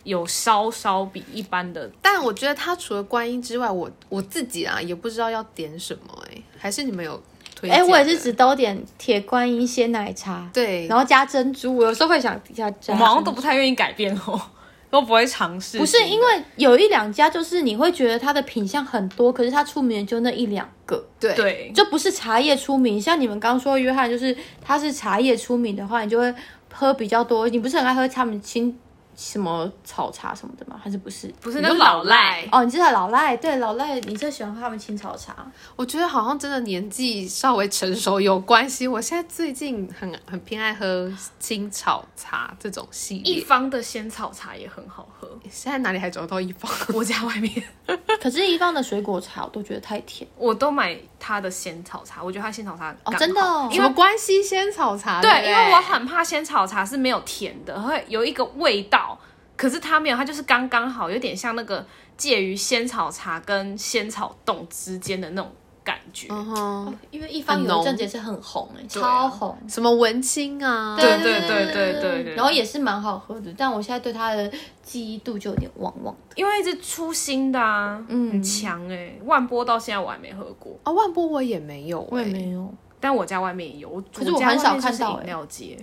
[SPEAKER 1] 有稍稍比一般的
[SPEAKER 2] 但我觉得它除了观音之外，我我自己啊也不知道要点什么哎，还是你们有推
[SPEAKER 3] 哎、
[SPEAKER 2] 荐的？
[SPEAKER 3] 我也是只都点铁观音鲜奶茶，
[SPEAKER 2] 对，
[SPEAKER 3] 然后加珍珠。我有时候会想加
[SPEAKER 1] 我
[SPEAKER 3] 加
[SPEAKER 1] 们好像
[SPEAKER 3] 珍
[SPEAKER 1] 都
[SPEAKER 3] 珠，
[SPEAKER 1] 不太愿意改变哦， 都不会尝试。
[SPEAKER 3] 不是因为有一两家就是你会觉得它的品相很多，可是它出名的就那一两个。
[SPEAKER 2] 对
[SPEAKER 1] 对，
[SPEAKER 3] 就不是茶叶出名，像你们刚说约翰，就是他是茶叶出名的话，你就会喝比较多。你不是很爱喝他们清什么草茶什么的吗？还是不是？
[SPEAKER 1] 不是
[SPEAKER 2] 你
[SPEAKER 1] 那
[SPEAKER 2] 就
[SPEAKER 1] 个
[SPEAKER 2] 老
[SPEAKER 1] 赖
[SPEAKER 2] 赖，
[SPEAKER 3] 哦，你知道老赖，对老赖，你最喜欢喝他们青草茶，
[SPEAKER 2] 我觉得好像真的年纪稍微成熟有关系。我现在最近很很偏爱喝青草茶这种系
[SPEAKER 1] 一
[SPEAKER 2] 列。
[SPEAKER 1] 方的仙草茶也很好喝，
[SPEAKER 2] 现在哪里还找得到一方？
[SPEAKER 1] 我家外面
[SPEAKER 3] 可是一方的水果茶我都觉得太甜。
[SPEAKER 1] 我都买它的仙草茶，我觉得它仙草茶刚
[SPEAKER 3] 哦
[SPEAKER 1] 好
[SPEAKER 3] 真的 哦
[SPEAKER 2] 什么关西仙草茶？
[SPEAKER 1] 对，
[SPEAKER 2] 不
[SPEAKER 1] 因为我很怕仙草茶是没有甜的，会有一个味道，可是它没有，它就是刚刚好，有点像那个介于仙草茶跟仙草冻之间的那种感觉。
[SPEAKER 2] 嗯哼，
[SPEAKER 3] 因为一方
[SPEAKER 2] 很
[SPEAKER 3] 有
[SPEAKER 2] 浓
[SPEAKER 3] 一阵子也是很红哎、
[SPEAKER 1] 对啊
[SPEAKER 3] 超红。
[SPEAKER 2] 什么文青啊？
[SPEAKER 1] 对对对对对对
[SPEAKER 3] 然后也是蛮好喝的，但我现在对它的记忆度就有点忘忘。
[SPEAKER 1] 因为一直出新的啊，
[SPEAKER 3] 嗯
[SPEAKER 1] 很强哎、万波到现在我还没喝过，
[SPEAKER 2] 啊，万波我也没有、欸，
[SPEAKER 3] 有，
[SPEAKER 1] 但我家外面也有，可
[SPEAKER 3] 是我很少看到欸
[SPEAKER 1] 饮料街。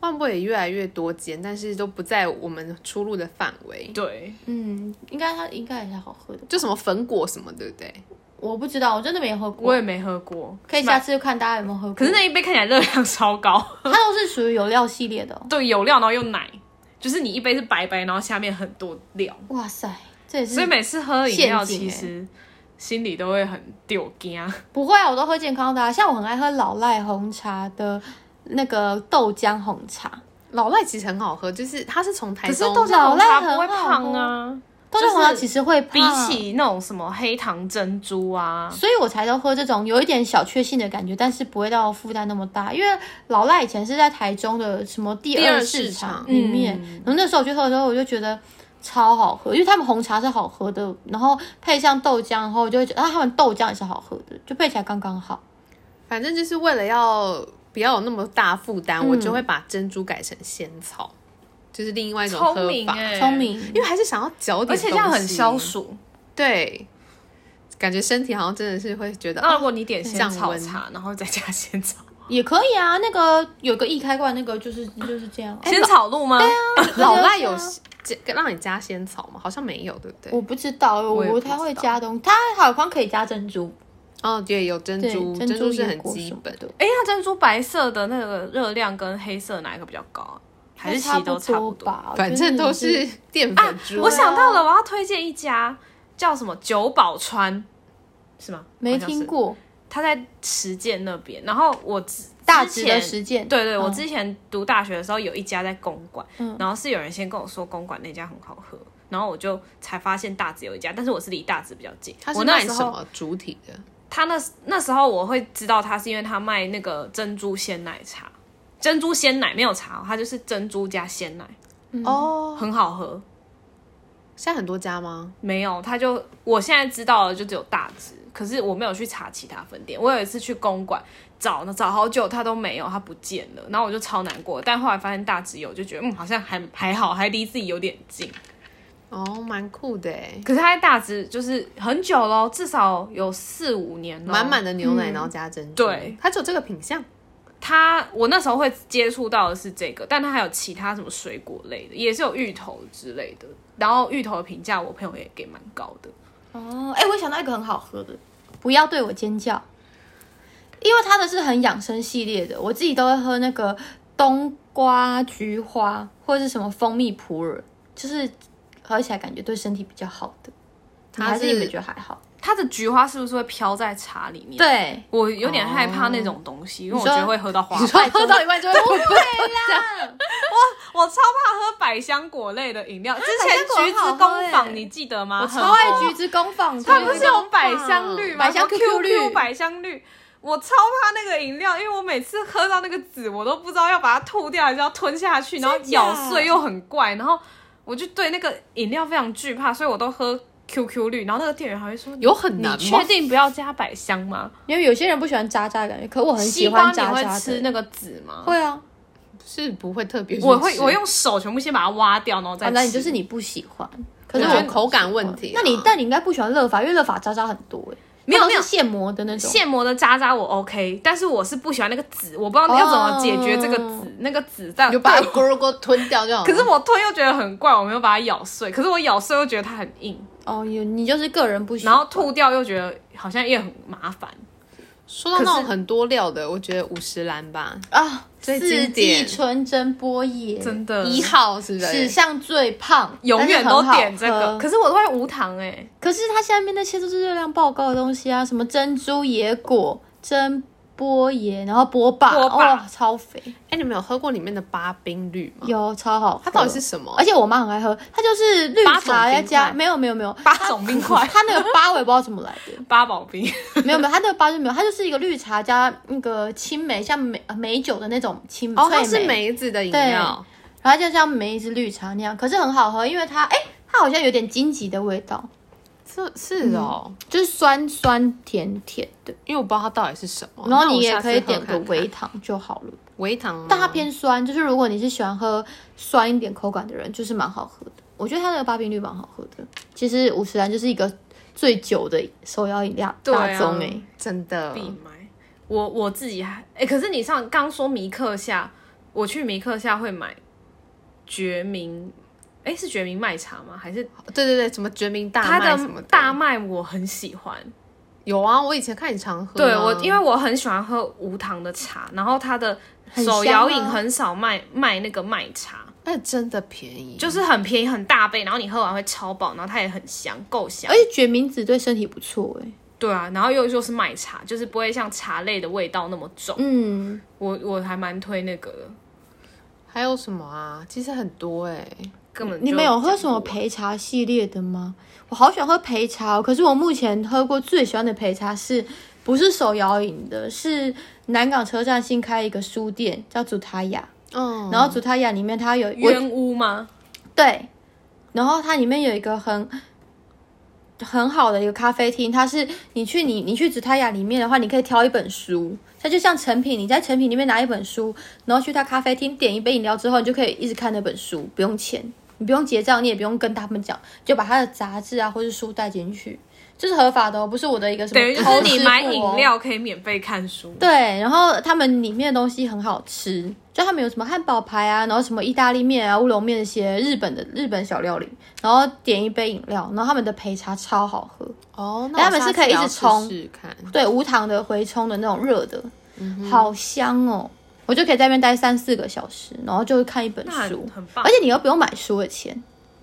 [SPEAKER 2] 万波也越来越多间，但是都不在我们出入的范围。
[SPEAKER 1] 对，
[SPEAKER 3] 嗯，应该它应该也是好喝的，
[SPEAKER 2] 就什么粉果什么，对不对？
[SPEAKER 3] 我不知道，我真的没喝过。
[SPEAKER 1] 我也没喝过，
[SPEAKER 3] 可以下次就看大家有没有喝过。
[SPEAKER 1] 可是那一杯看起来热量超高，
[SPEAKER 3] 它都是属于有料系列的哦、
[SPEAKER 1] 对，有料然后又奶，就是你一杯是白白，然后下面很多料，
[SPEAKER 3] 哇塞，这也是
[SPEAKER 1] 所以每次喝饮料
[SPEAKER 3] 嗯陷
[SPEAKER 1] 其
[SPEAKER 3] 阱欸
[SPEAKER 1] 实心里都会很丢惊。
[SPEAKER 3] 不会啊，我都喝健康的、啊。像我很爱喝老赖红茶的那个豆浆红茶，
[SPEAKER 2] 老赖其实很好喝，就是它是从台
[SPEAKER 1] 可是
[SPEAKER 2] 中
[SPEAKER 1] 豆浆红茶不会
[SPEAKER 3] 老赖很好嗯
[SPEAKER 1] 胖啊，
[SPEAKER 3] 豆浆红茶其实会
[SPEAKER 1] 比
[SPEAKER 3] 胖
[SPEAKER 1] 起那种什么黑糖珍珠啊，
[SPEAKER 3] 所以我才都喝这种有一点小确幸的感觉，但是不会到负担那么大。因为老赖以前是在台中的什么第
[SPEAKER 2] 第二
[SPEAKER 3] 二
[SPEAKER 2] 市
[SPEAKER 3] 市
[SPEAKER 2] 场
[SPEAKER 3] 场里面，然后那时候我去喝的时候，我就觉得超好喝，因为他们红茶是好喝的，然后配上豆浆，然后我就会觉得啊，他们豆浆也是好喝的，就配起来刚刚好。
[SPEAKER 2] 反正就是为了要不要有那么大负担，
[SPEAKER 1] 嗯
[SPEAKER 2] 我就会把珍珠改成仙草，就是另外一种
[SPEAKER 1] 聪
[SPEAKER 2] 喝
[SPEAKER 1] 明
[SPEAKER 2] 法，
[SPEAKER 1] 哎、
[SPEAKER 3] 聪明，
[SPEAKER 2] 因为还是想要嚼
[SPEAKER 1] 而
[SPEAKER 2] 点东西，
[SPEAKER 1] 且这样很消。暑。
[SPEAKER 2] 对，感觉身体好像真的是会觉得
[SPEAKER 1] 那如
[SPEAKER 2] 哦，
[SPEAKER 1] 果你点仙
[SPEAKER 2] 降
[SPEAKER 1] 草
[SPEAKER 2] 温
[SPEAKER 1] 茶，然后再加仙草，
[SPEAKER 3] 也可以啊，那个有个易开罐，那个就是就是这样啊。
[SPEAKER 1] 仙草露哎吗？对啊，
[SPEAKER 2] 老赖
[SPEAKER 3] 那
[SPEAKER 2] 有
[SPEAKER 3] 就是
[SPEAKER 2] 这个让你加仙草吗？好像没有，对不对？
[SPEAKER 3] 我不知道，我
[SPEAKER 2] 也不
[SPEAKER 3] 不
[SPEAKER 2] 知道
[SPEAKER 3] 太会加东西，它好像可以加珍珠，
[SPEAKER 2] 哦，对，有珍
[SPEAKER 3] 对
[SPEAKER 2] 珠，，
[SPEAKER 3] 珍
[SPEAKER 2] 珠是
[SPEAKER 3] 椰
[SPEAKER 2] 很
[SPEAKER 3] 果
[SPEAKER 2] 基
[SPEAKER 3] 什么
[SPEAKER 2] 本
[SPEAKER 3] 的。
[SPEAKER 1] 哎、那珍珠白色的那个热量跟黑色哪一个比较高啊？还是其
[SPEAKER 3] 差
[SPEAKER 1] 实
[SPEAKER 3] 不
[SPEAKER 1] 都差不多？
[SPEAKER 3] 吧，
[SPEAKER 2] 反正都是 淀
[SPEAKER 3] 啊
[SPEAKER 2] 粉珠。
[SPEAKER 1] 我想到了，我要推荐一家叫什么九宝川，是吗？
[SPEAKER 3] 没
[SPEAKER 1] 好像是
[SPEAKER 3] 听。过
[SPEAKER 1] 他在实践那边，然后我之
[SPEAKER 3] 大
[SPEAKER 1] 之
[SPEAKER 3] 直
[SPEAKER 1] 前
[SPEAKER 3] 的实践。
[SPEAKER 1] 对对，我
[SPEAKER 3] 嗯
[SPEAKER 1] 之前读大学的时候有一家在公馆，
[SPEAKER 3] 嗯
[SPEAKER 1] 然后是有人先跟我说公馆那家很好喝，然后我就才发现大直有一家，但是我是离大直比较近。
[SPEAKER 2] 它是
[SPEAKER 1] 我那
[SPEAKER 2] 卖
[SPEAKER 1] 时
[SPEAKER 2] 什
[SPEAKER 1] 候
[SPEAKER 2] 么主体的？
[SPEAKER 1] 他那那时候我会知道他是因为他卖那个珍珠鲜奶茶，珍珠鲜奶没有茶哦，它就是珍珠加鲜奶，
[SPEAKER 3] 嗯
[SPEAKER 2] 哦，
[SPEAKER 1] 很好喝。
[SPEAKER 2] 现在很多家吗？
[SPEAKER 1] 没有，他就我现在知道了，就只有大直，可是我没有去查其他分店。我有一次去公馆找呢，找好久他都没有，他不见了，然后我就超难过。但后来发现大直有，就觉得嗯，好像还还好，还离自己有点近。
[SPEAKER 2] 哦，蛮酷的哎，
[SPEAKER 1] 可是他在大直就是很久咯，至少有四五年了。
[SPEAKER 2] 满满的牛奶，
[SPEAKER 3] 嗯
[SPEAKER 2] 然后加珍珠。
[SPEAKER 1] 哦对，
[SPEAKER 2] 它只有这个品相。
[SPEAKER 1] 他我那时候会接触到的是这个，但他还有其他什么水果类的，也是有芋头之类的。然后芋头的评价，我朋友也给蛮高的。
[SPEAKER 3] 哦，哎、我想到一个很好喝的，不要对我尖叫，因为它的是很养生系列的，我自己都会喝那个冬瓜、菊花或者是什么蜂蜜普洱，就是喝起来感觉对身体比较好的。
[SPEAKER 2] 它
[SPEAKER 3] 你还是你们
[SPEAKER 2] 是
[SPEAKER 3] 觉得还好？
[SPEAKER 1] 它的菊花是不是会飘在茶里面？哦
[SPEAKER 3] 对，
[SPEAKER 1] 我有点害怕那种东西，因为我
[SPEAKER 3] 你说
[SPEAKER 1] 觉得会喝到花
[SPEAKER 2] 你
[SPEAKER 1] 粉。
[SPEAKER 2] 说喝到一半就 会不会
[SPEAKER 1] 我超怕喝百香果类的饮料。之前橘子
[SPEAKER 3] 百香果很
[SPEAKER 1] 工
[SPEAKER 3] 好喝
[SPEAKER 1] 坊
[SPEAKER 3] 欸
[SPEAKER 1] 你记得吗？
[SPEAKER 3] 我
[SPEAKER 1] 很
[SPEAKER 3] 超爱橘子工坊，
[SPEAKER 1] 它
[SPEAKER 3] 对
[SPEAKER 1] 不是有百香绿吗？
[SPEAKER 3] 百香
[SPEAKER 1] 什么
[SPEAKER 3] QQ 绿
[SPEAKER 1] QQ 百香绿。我超怕那个饮料，因为我每次喝到那个籽，我都不知道要把它吐掉还是要吞下去，然后咬碎又很怪，然后我就对那个饮料非常惧怕，所以我都喝 QQ 绿。然后那个店员还会说：“
[SPEAKER 2] 有很
[SPEAKER 1] 你
[SPEAKER 2] 难吗
[SPEAKER 1] 确？定不要加百香吗？
[SPEAKER 3] 因为有些人不喜欢渣渣的感觉，可我很喜
[SPEAKER 1] 西瓜
[SPEAKER 3] 欢
[SPEAKER 1] 你
[SPEAKER 3] 渣渣
[SPEAKER 1] 会
[SPEAKER 3] 的。
[SPEAKER 1] 吃那个籽吗？
[SPEAKER 3] 会啊，
[SPEAKER 2] 是不会特别去吃。
[SPEAKER 1] 我会我用手全部先把它挖掉，然后再
[SPEAKER 3] 啊，
[SPEAKER 1] 吃。
[SPEAKER 3] 那你就是你不喜欢。
[SPEAKER 2] 可
[SPEAKER 3] 可是
[SPEAKER 2] 是
[SPEAKER 1] 我
[SPEAKER 2] 我
[SPEAKER 1] 觉得
[SPEAKER 2] 口感问题啊。
[SPEAKER 3] 那你但你应该不喜欢乐法，因为乐法渣渣很多哎、
[SPEAKER 1] 没有
[SPEAKER 3] 它都
[SPEAKER 1] 没有
[SPEAKER 3] 是现磨的那种。
[SPEAKER 1] 现磨的渣渣我 OK，但是我是不喜欢那个籽，我不知道要怎么解决这个籽，
[SPEAKER 3] 哦
[SPEAKER 1] 那个籽在
[SPEAKER 2] 你就把它
[SPEAKER 1] 对
[SPEAKER 2] 咕噜咕噜吞掉就好了。
[SPEAKER 1] 可是我吞又觉得很怪，我没有把它咬碎，可是我咬碎又觉得它很硬，
[SPEAKER 3] 哦，有你就是个人不喜
[SPEAKER 1] 然
[SPEAKER 3] 欢。
[SPEAKER 1] 后吐掉又觉得好像也很麻烦。
[SPEAKER 2] 说到那
[SPEAKER 1] 可
[SPEAKER 2] 种
[SPEAKER 1] 是
[SPEAKER 2] 很多料的，我觉得五十岚吧，
[SPEAKER 3] 啊，
[SPEAKER 2] 最
[SPEAKER 3] 四
[SPEAKER 2] 经典
[SPEAKER 3] 季纯甄波野，
[SPEAKER 1] 真的欸
[SPEAKER 2] 一号是不
[SPEAKER 3] 史
[SPEAKER 2] 是？
[SPEAKER 3] 上最胖，
[SPEAKER 1] 永远都点这
[SPEAKER 3] 但是很
[SPEAKER 1] 个，
[SPEAKER 3] 好喝
[SPEAKER 1] 可是我都会无糖哎、
[SPEAKER 3] 可是它下面那些都是热量爆高的东西啊，什么珍珠野果、珍波野，然后波霸，
[SPEAKER 1] 波霸
[SPEAKER 3] 哦，超肥，
[SPEAKER 2] 哎，你们有喝过里面的八冰绿
[SPEAKER 1] 嗯
[SPEAKER 2] 吗？
[SPEAKER 3] 有超好喝。
[SPEAKER 2] 它到底是什么？啊
[SPEAKER 3] 而且我妈很爱喝，它就是绿
[SPEAKER 2] 八种
[SPEAKER 3] 茶要
[SPEAKER 2] 冰
[SPEAKER 3] 加，
[SPEAKER 2] 块
[SPEAKER 3] 没有没有没有，
[SPEAKER 1] 八种冰块，
[SPEAKER 3] 它那个八我也不知道怎么来的。
[SPEAKER 1] 八宝 冰，
[SPEAKER 3] 没有没有，它那个八就没有，它就是一个绿茶加那个青梅，像梅呃梅酒的那种青
[SPEAKER 2] 哦，
[SPEAKER 3] 脆
[SPEAKER 2] 它是梅子的饮料，
[SPEAKER 3] 然后它就像梅子绿茶那样，可是很好喝，因为它哎，它好像有点荆棘的味道，
[SPEAKER 2] 是是哦，
[SPEAKER 3] 就是酸酸甜甜的，
[SPEAKER 2] 因为我不知道它到底是什么。
[SPEAKER 3] 然后
[SPEAKER 2] 那
[SPEAKER 3] 你
[SPEAKER 2] 我
[SPEAKER 3] 也
[SPEAKER 2] 下次
[SPEAKER 3] 可以
[SPEAKER 2] 喝
[SPEAKER 3] 点个
[SPEAKER 2] 看看
[SPEAKER 3] 微糖就好了，
[SPEAKER 2] 微糖吗，啊
[SPEAKER 3] 但它偏酸，就是如果你是喜欢喝酸一点口感的人，就是蛮好喝的。我觉得它那个八冰绿蛮好喝的，其实五十岚就是一个最久的手摇饮料
[SPEAKER 1] 对啊
[SPEAKER 3] 大宗哎，
[SPEAKER 2] 真的
[SPEAKER 1] 必买。我我自己还哎、可是你上刚说米克夏，我去米克夏会买决明，哎、是决明麦茶吗？还是
[SPEAKER 2] 对对对，什么决明大
[SPEAKER 1] 它
[SPEAKER 2] 麦什么
[SPEAKER 1] 的
[SPEAKER 2] 的
[SPEAKER 1] 大麦我很喜欢，
[SPEAKER 2] 有啊，我以前看你常喝啊。
[SPEAKER 1] 对我因为我很喜欢喝无糖的茶，然后它的
[SPEAKER 3] 很香啊
[SPEAKER 1] 手摇饮很少卖卖那个麦茶，
[SPEAKER 2] 哎真的便宜，
[SPEAKER 1] 就是很便宜很大杯，然后你喝完会超饱，然后它也很香，够香
[SPEAKER 3] 而。且决明子对身体不错哎，
[SPEAKER 1] 对啊，然后又就是麦茶，就是不会像茶类的味道那么重。
[SPEAKER 3] 嗯。
[SPEAKER 1] 我我还蛮推那个的，
[SPEAKER 2] 还有什么啊？其实很多哎、
[SPEAKER 1] 根本就
[SPEAKER 3] 你们有喝什么
[SPEAKER 1] 讲不完
[SPEAKER 3] 焙茶系列的吗？我好喜欢喝焙茶、哦，可是我目前喝过最喜欢的焙茶是不是手摇饮的？是南港车站新开一个书店叫祖塔雅，
[SPEAKER 2] 嗯，
[SPEAKER 3] 然后祖塔雅里面它有我
[SPEAKER 1] 冤屋吗？
[SPEAKER 3] 对，然后它里面有一个很。很好的一个咖啡厅，它是你去你你去紫塔雅里面的话，你可以挑一本书，它就像成品，你在成品里面拿一本书，然后去它咖啡厅点一杯饮料之后，你就可以一直看那本书，不用钱，你不用结账，你也不用跟他们讲，就把它的杂志啊或是书带进去，这是合法的哦，不是我的一个什么
[SPEAKER 1] 等于就
[SPEAKER 3] 偷
[SPEAKER 1] 是你
[SPEAKER 3] 吃
[SPEAKER 1] 买
[SPEAKER 3] 货
[SPEAKER 1] 饮
[SPEAKER 3] 哦
[SPEAKER 1] 料可以免费看书。
[SPEAKER 3] 对，然后他们里面的东西很好吃，就他们有什么汉堡排啊，然后什么意大利面啊、乌龙面那些日本的日本小料理，然后点一杯饮料，然后他们的焙茶超好喝。
[SPEAKER 2] 哦，那
[SPEAKER 3] 哎
[SPEAKER 2] 我
[SPEAKER 3] 他们
[SPEAKER 2] 下
[SPEAKER 3] 是
[SPEAKER 2] 次
[SPEAKER 3] 可以一
[SPEAKER 2] 也要
[SPEAKER 3] 直冲
[SPEAKER 2] 试试看。
[SPEAKER 3] 对无糖的回冲的那种热的，
[SPEAKER 1] 嗯
[SPEAKER 3] 好香哦！我就可以在那边待三四个小时，然后就会看一本
[SPEAKER 1] 那
[SPEAKER 3] 书
[SPEAKER 1] 很，很棒
[SPEAKER 3] 而。且你又不用买书的钱，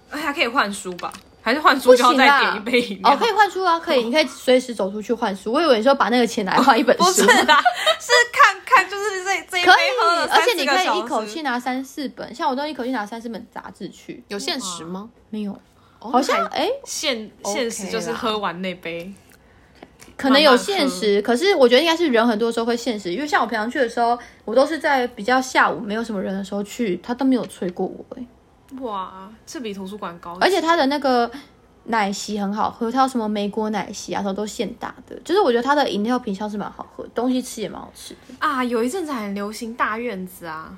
[SPEAKER 1] 哎，还可以换书吧？还是换书就要
[SPEAKER 3] 不行
[SPEAKER 1] 再
[SPEAKER 3] 啦
[SPEAKER 1] 点一杯饮料？
[SPEAKER 3] 哦，可以换书啊，可以，你可以随时走出去换书。我以为你说把那个钱来换一本
[SPEAKER 1] 不 是
[SPEAKER 3] 书，
[SPEAKER 1] 啦，是看看，就是这这一杯
[SPEAKER 3] 可
[SPEAKER 1] 喝了
[SPEAKER 3] 以，而且你可
[SPEAKER 1] 30个
[SPEAKER 3] 以一
[SPEAKER 1] 小
[SPEAKER 3] 口
[SPEAKER 1] 时
[SPEAKER 3] 气拿三四本，像我都一口气拿三四本杂志去，
[SPEAKER 2] 有限时吗？
[SPEAKER 3] 没有，
[SPEAKER 2] 哦
[SPEAKER 3] 好像
[SPEAKER 2] 那还
[SPEAKER 3] 哎、
[SPEAKER 1] 现现实就是喝完那杯，
[SPEAKER 3] 可能有
[SPEAKER 1] 慢慢喝
[SPEAKER 3] 限时，可是我觉得应该是人很多的时候会限时，因为像我平常去的时候，我都是在比较下午没有什么人的时候去，他都没有催过我、哎，
[SPEAKER 1] 哇，这比图书馆高级，
[SPEAKER 3] 而且他的那个奶昔很好喝，他有什么美国奶昔啊，什么都现打的，就是我觉得他的饮料品相是蛮好喝，东西吃也蛮好吃的。
[SPEAKER 1] 啊，有一阵子很流行大院子啊，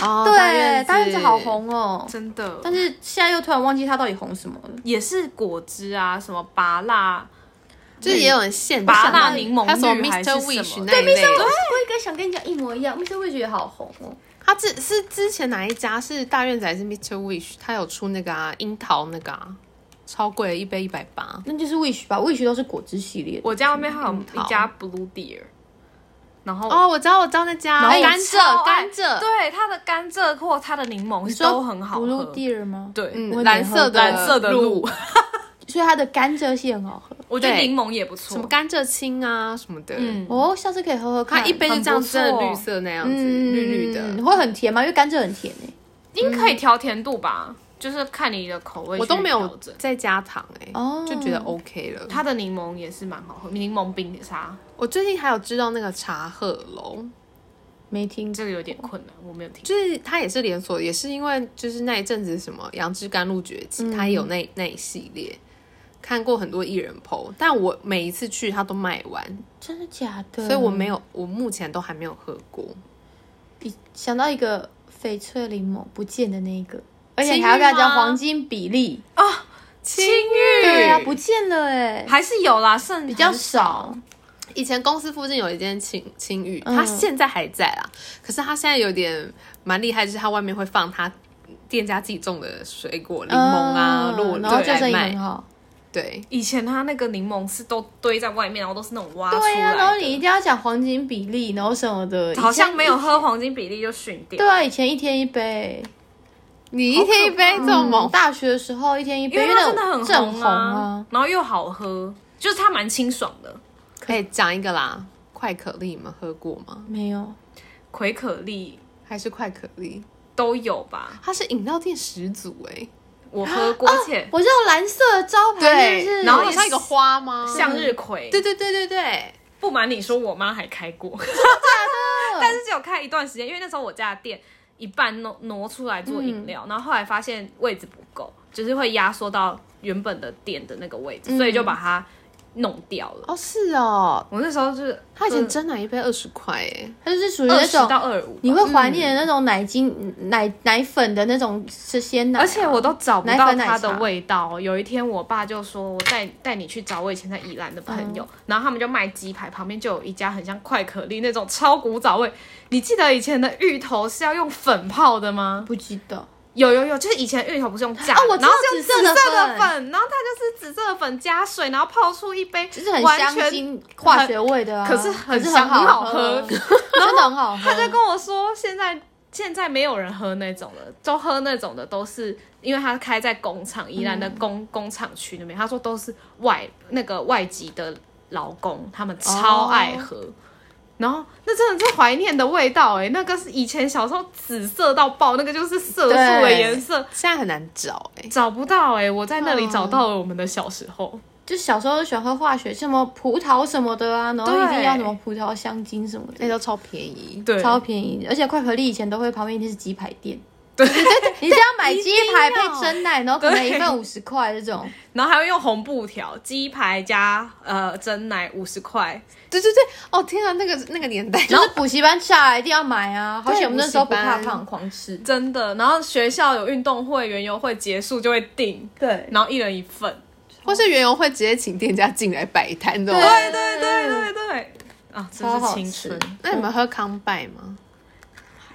[SPEAKER 2] 哦
[SPEAKER 3] 对，大院子好。红哦，
[SPEAKER 1] 真的，
[SPEAKER 3] 但是现在又突然忘记他到底红什么了。
[SPEAKER 1] 也是果汁啊，什么拔辣，
[SPEAKER 2] 就是也有人限
[SPEAKER 1] 拔
[SPEAKER 2] 上
[SPEAKER 1] 辣
[SPEAKER 2] 的
[SPEAKER 1] 柠檬
[SPEAKER 2] 还有什么
[SPEAKER 1] 绿还
[SPEAKER 2] Mr.
[SPEAKER 1] 是
[SPEAKER 2] Wish
[SPEAKER 1] 什么
[SPEAKER 2] 那一类的。
[SPEAKER 3] 我应该想跟你讲一模一样，Mr. Wish 也好红哦。
[SPEAKER 2] 他之是之前哪一家是大院仔还是 Mr. Wish？他有出那个啊樱桃那个啊，超贵，一杯一百八。
[SPEAKER 3] 那就是 Wish 吧，Wish 都是果汁系列的。
[SPEAKER 1] 我家外面还有一家 Blue Deer，然后
[SPEAKER 2] 哦，我知道，我知道那家
[SPEAKER 3] 然后我哦
[SPEAKER 2] 甘
[SPEAKER 1] 超
[SPEAKER 2] 蔗，
[SPEAKER 1] 爱
[SPEAKER 2] 甘
[SPEAKER 3] 哎
[SPEAKER 2] 蔗，
[SPEAKER 1] 对它的甘蔗或它的柠檬都很好
[SPEAKER 3] Blue
[SPEAKER 1] 喝，
[SPEAKER 3] Deer 吗？，
[SPEAKER 1] 对，
[SPEAKER 2] 嗯
[SPEAKER 3] 我也没
[SPEAKER 2] 蓝色
[SPEAKER 3] 喝
[SPEAKER 2] 的
[SPEAKER 1] 蓝色的
[SPEAKER 2] 露
[SPEAKER 1] 鹿，
[SPEAKER 3] 所以它的甘蔗系很好喝。
[SPEAKER 1] 我觉得
[SPEAKER 2] 对
[SPEAKER 1] 柠檬也不
[SPEAKER 2] 什么
[SPEAKER 1] 错，
[SPEAKER 2] 甘蔗青啊什么的，嗯，
[SPEAKER 1] 嗯
[SPEAKER 3] 哦，下次可以喝喝看，
[SPEAKER 2] 它一杯就这样
[SPEAKER 1] 很不
[SPEAKER 2] 子，
[SPEAKER 1] 错
[SPEAKER 2] 真的绿色那样子，
[SPEAKER 3] 嗯
[SPEAKER 2] 绿绿的。
[SPEAKER 3] 嗯会很甜吗？因为甘蔗很甜欸诶。
[SPEAKER 1] 应该可以调甜度吧，就是看你的口味，
[SPEAKER 2] 我都没有
[SPEAKER 1] 整。
[SPEAKER 2] 再加糖哎、
[SPEAKER 3] 哦
[SPEAKER 2] 就觉得 OK 了。
[SPEAKER 1] 它的柠檬也是蛮好喝，柠檬冰啊沙
[SPEAKER 2] 我最近还有知道那个茶鹤楼，
[SPEAKER 3] 没听
[SPEAKER 1] 这个有点困难，我没有听。
[SPEAKER 2] 就是它也是连锁，也是因为就是那一阵子什么杨枝甘露崛
[SPEAKER 3] 嗯
[SPEAKER 2] 起，它也有那那一系列。看过很多艺人 PO，但我每一次去它都卖完，
[SPEAKER 3] 真的假的？
[SPEAKER 2] 所以我没有，我目前都还没有喝过。
[SPEAKER 3] 一想到一个翡翠柠檬不见的那一个，而且
[SPEAKER 1] 青
[SPEAKER 3] 你
[SPEAKER 1] 玉
[SPEAKER 3] 还要跟他讲
[SPEAKER 1] 吗
[SPEAKER 3] 黄金比例，
[SPEAKER 2] 青
[SPEAKER 3] 对啊，
[SPEAKER 2] 玉
[SPEAKER 3] 不见了欸诶，
[SPEAKER 1] 还是有啦，剩
[SPEAKER 3] 比较
[SPEAKER 1] 很
[SPEAKER 3] 少。
[SPEAKER 2] 以前公司附近有一间青青玉，
[SPEAKER 3] 嗯
[SPEAKER 2] 它现在还在啦，可是它现在有点蛮厉害，就是它外面会放它店家自己种的水果，柠檬啊、
[SPEAKER 3] 嗯
[SPEAKER 2] 洛梨
[SPEAKER 3] 然后
[SPEAKER 1] 对
[SPEAKER 3] 就生
[SPEAKER 2] 来
[SPEAKER 3] 意很
[SPEAKER 2] 卖，
[SPEAKER 3] 好。
[SPEAKER 2] 对，
[SPEAKER 1] 以前它那个柠檬是都堆在外面，然后都是那种挖出
[SPEAKER 3] 对
[SPEAKER 2] 啊
[SPEAKER 3] 呀、
[SPEAKER 1] 来的，
[SPEAKER 3] 然后你一定要讲黄金比例，然后什么的，
[SPEAKER 1] 好
[SPEAKER 3] 以
[SPEAKER 1] 像
[SPEAKER 3] 前
[SPEAKER 1] 没有喝黄金比例就逊掉
[SPEAKER 3] 对。啊，以前一天一杯，
[SPEAKER 2] 你一天一杯这么猛，
[SPEAKER 3] 大学的时候一天一杯，
[SPEAKER 1] 因为它真的
[SPEAKER 3] 那
[SPEAKER 1] 很
[SPEAKER 3] 种正
[SPEAKER 1] 红
[SPEAKER 3] 红
[SPEAKER 1] 啊，
[SPEAKER 3] 啊。
[SPEAKER 1] 然后又好喝，就是它蛮清爽的。
[SPEAKER 3] 嗯
[SPEAKER 2] 可以哎讲一个啦，快可丽你们喝过吗？
[SPEAKER 3] 没有，
[SPEAKER 1] 葵可丽
[SPEAKER 2] 还是快可丽？
[SPEAKER 1] 都有吧，
[SPEAKER 2] 它是饮料店始祖哎、
[SPEAKER 1] 我喝过，而且
[SPEAKER 3] 我知道蓝色的招牌是不是？
[SPEAKER 2] 然后
[SPEAKER 1] 也
[SPEAKER 2] 有
[SPEAKER 1] 是
[SPEAKER 2] 像一个花吗？
[SPEAKER 3] 啊
[SPEAKER 1] 向日葵。
[SPEAKER 2] 对对对对对，
[SPEAKER 1] 不瞒你说，我妈还开 过， 但是只有开一段时间，因为那时候我家的店一半挪挪出来做饮料，
[SPEAKER 3] 嗯
[SPEAKER 1] 然后后来发现位置不够，就是会压缩到原本的店的那个位
[SPEAKER 3] 嗯
[SPEAKER 1] 置，所以就把它弄掉了。
[SPEAKER 2] 哦是哦，
[SPEAKER 1] 我那时候就是
[SPEAKER 2] 它以前真奶一杯二十块哎，
[SPEAKER 3] 它就是属于
[SPEAKER 1] 二
[SPEAKER 3] 那
[SPEAKER 1] 十
[SPEAKER 3] 种
[SPEAKER 1] 到二五，
[SPEAKER 3] 你会怀念的那种奶精、奶奶粉的那种是鲜奶啊、
[SPEAKER 1] 而且我都找不
[SPEAKER 3] 奶
[SPEAKER 1] 到
[SPEAKER 3] 粉奶
[SPEAKER 1] 它的
[SPEAKER 3] 茶
[SPEAKER 1] 味道。哦有一天，我爸就说：“我带带你去找我以前在宜兰的朋
[SPEAKER 3] 嗯
[SPEAKER 1] 友，然后他们就卖鸡排，旁边就有一家很像快可丽那种超古早味。你记得以前的芋头是要用粉泡的吗？
[SPEAKER 3] 不记得，
[SPEAKER 1] 有有有，就是以前芋头不是用架，
[SPEAKER 3] 哦我知
[SPEAKER 1] 然后
[SPEAKER 3] 道
[SPEAKER 1] 是用
[SPEAKER 3] 紫色的
[SPEAKER 1] 的
[SPEAKER 3] 粉
[SPEAKER 1] 粉，然后它就是紫色的粉加水，然后泡出一杯，
[SPEAKER 3] 就是很
[SPEAKER 1] 完
[SPEAKER 3] 香
[SPEAKER 1] 全
[SPEAKER 3] 精化学味的、啊，
[SPEAKER 1] 可是很
[SPEAKER 3] 可是
[SPEAKER 1] 香
[SPEAKER 3] 很
[SPEAKER 1] 很好
[SPEAKER 3] 喝，
[SPEAKER 1] 喝
[SPEAKER 3] 真的很好喝。
[SPEAKER 1] 他就跟我说，现在现在没有人喝那种了，都喝那种的都是因为他开在工厂，宜兰
[SPEAKER 3] 嗯
[SPEAKER 1] 的工、工厂区那边，他说都是外那个外籍的劳工，他们超爱喝。
[SPEAKER 3] 哦
[SPEAKER 1] 然后，那真的是怀念的味道哎、那个是以前小时候紫色到爆，那个就是色素的
[SPEAKER 3] 对
[SPEAKER 1] 颜色，
[SPEAKER 2] 现在很难找哎、
[SPEAKER 1] 找不到哎、我在那里找到了我们的小时候。
[SPEAKER 3] 就小时候就喜欢喝化学，什么葡萄什么的啊，然后一定
[SPEAKER 1] 对
[SPEAKER 3] 要什么葡萄香精什么
[SPEAKER 2] 那
[SPEAKER 3] 的，
[SPEAKER 2] 都超便宜。
[SPEAKER 1] 对，
[SPEAKER 3] 超便宜。而且快可丽以前都会旁边一定是鸡排店，对对 对，你只要买鸡排配蒸奶，然后可能一份五十块这种，
[SPEAKER 1] 然后还会用红布条，鸡排加呃蒸奶五十块，
[SPEAKER 2] 对对对，哦天啊，那个那个年代，
[SPEAKER 3] 就是补习班下来一定要买啊。好险我们那时候不怕
[SPEAKER 2] 补习班
[SPEAKER 3] 胖，狂吃。
[SPEAKER 1] 真的。然后学校有运动会、园游会结束就会订，
[SPEAKER 3] 对
[SPEAKER 1] 然后一人一份。
[SPEAKER 2] 或是园游会直接请店家进来摆摊的。
[SPEAKER 3] 对
[SPEAKER 1] 对对对对对，啊，真
[SPEAKER 3] 超
[SPEAKER 1] 是
[SPEAKER 3] 好
[SPEAKER 1] 青
[SPEAKER 3] 吃
[SPEAKER 1] 春。
[SPEAKER 2] 那你们喝康拜吗？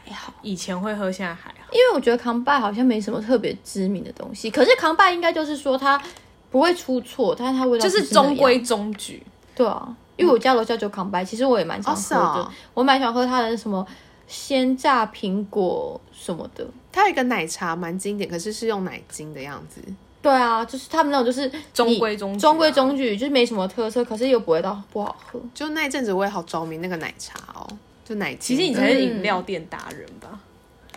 [SPEAKER 3] 还好。
[SPEAKER 1] 以前会喝，现在还好。
[SPEAKER 3] 因为我觉得康拜好像没什么特别知名的东西，可是康拜应该就是说它不会出错，但是它味道
[SPEAKER 1] 就是
[SPEAKER 3] 不那样
[SPEAKER 1] 中规中矩，
[SPEAKER 3] 对啊，因为我家楼下就康白，其实我也蛮常喝的，
[SPEAKER 2] 哦是哦
[SPEAKER 3] 我蛮想喝它的什么鲜榨苹果什么的。
[SPEAKER 2] 它有一个奶茶蛮经典，可是是用奶精的样子。
[SPEAKER 3] 对啊，就是他们那种就是
[SPEAKER 1] 中
[SPEAKER 3] 你
[SPEAKER 1] 规中矩啊
[SPEAKER 3] 中规中矩，就是没什么特色，可是又不会到不好喝。
[SPEAKER 2] 就那一阵子我也好着迷那个奶茶哦，就奶
[SPEAKER 1] 其实
[SPEAKER 2] 精
[SPEAKER 1] 你
[SPEAKER 2] 的。
[SPEAKER 1] 才是饮料店达人吧？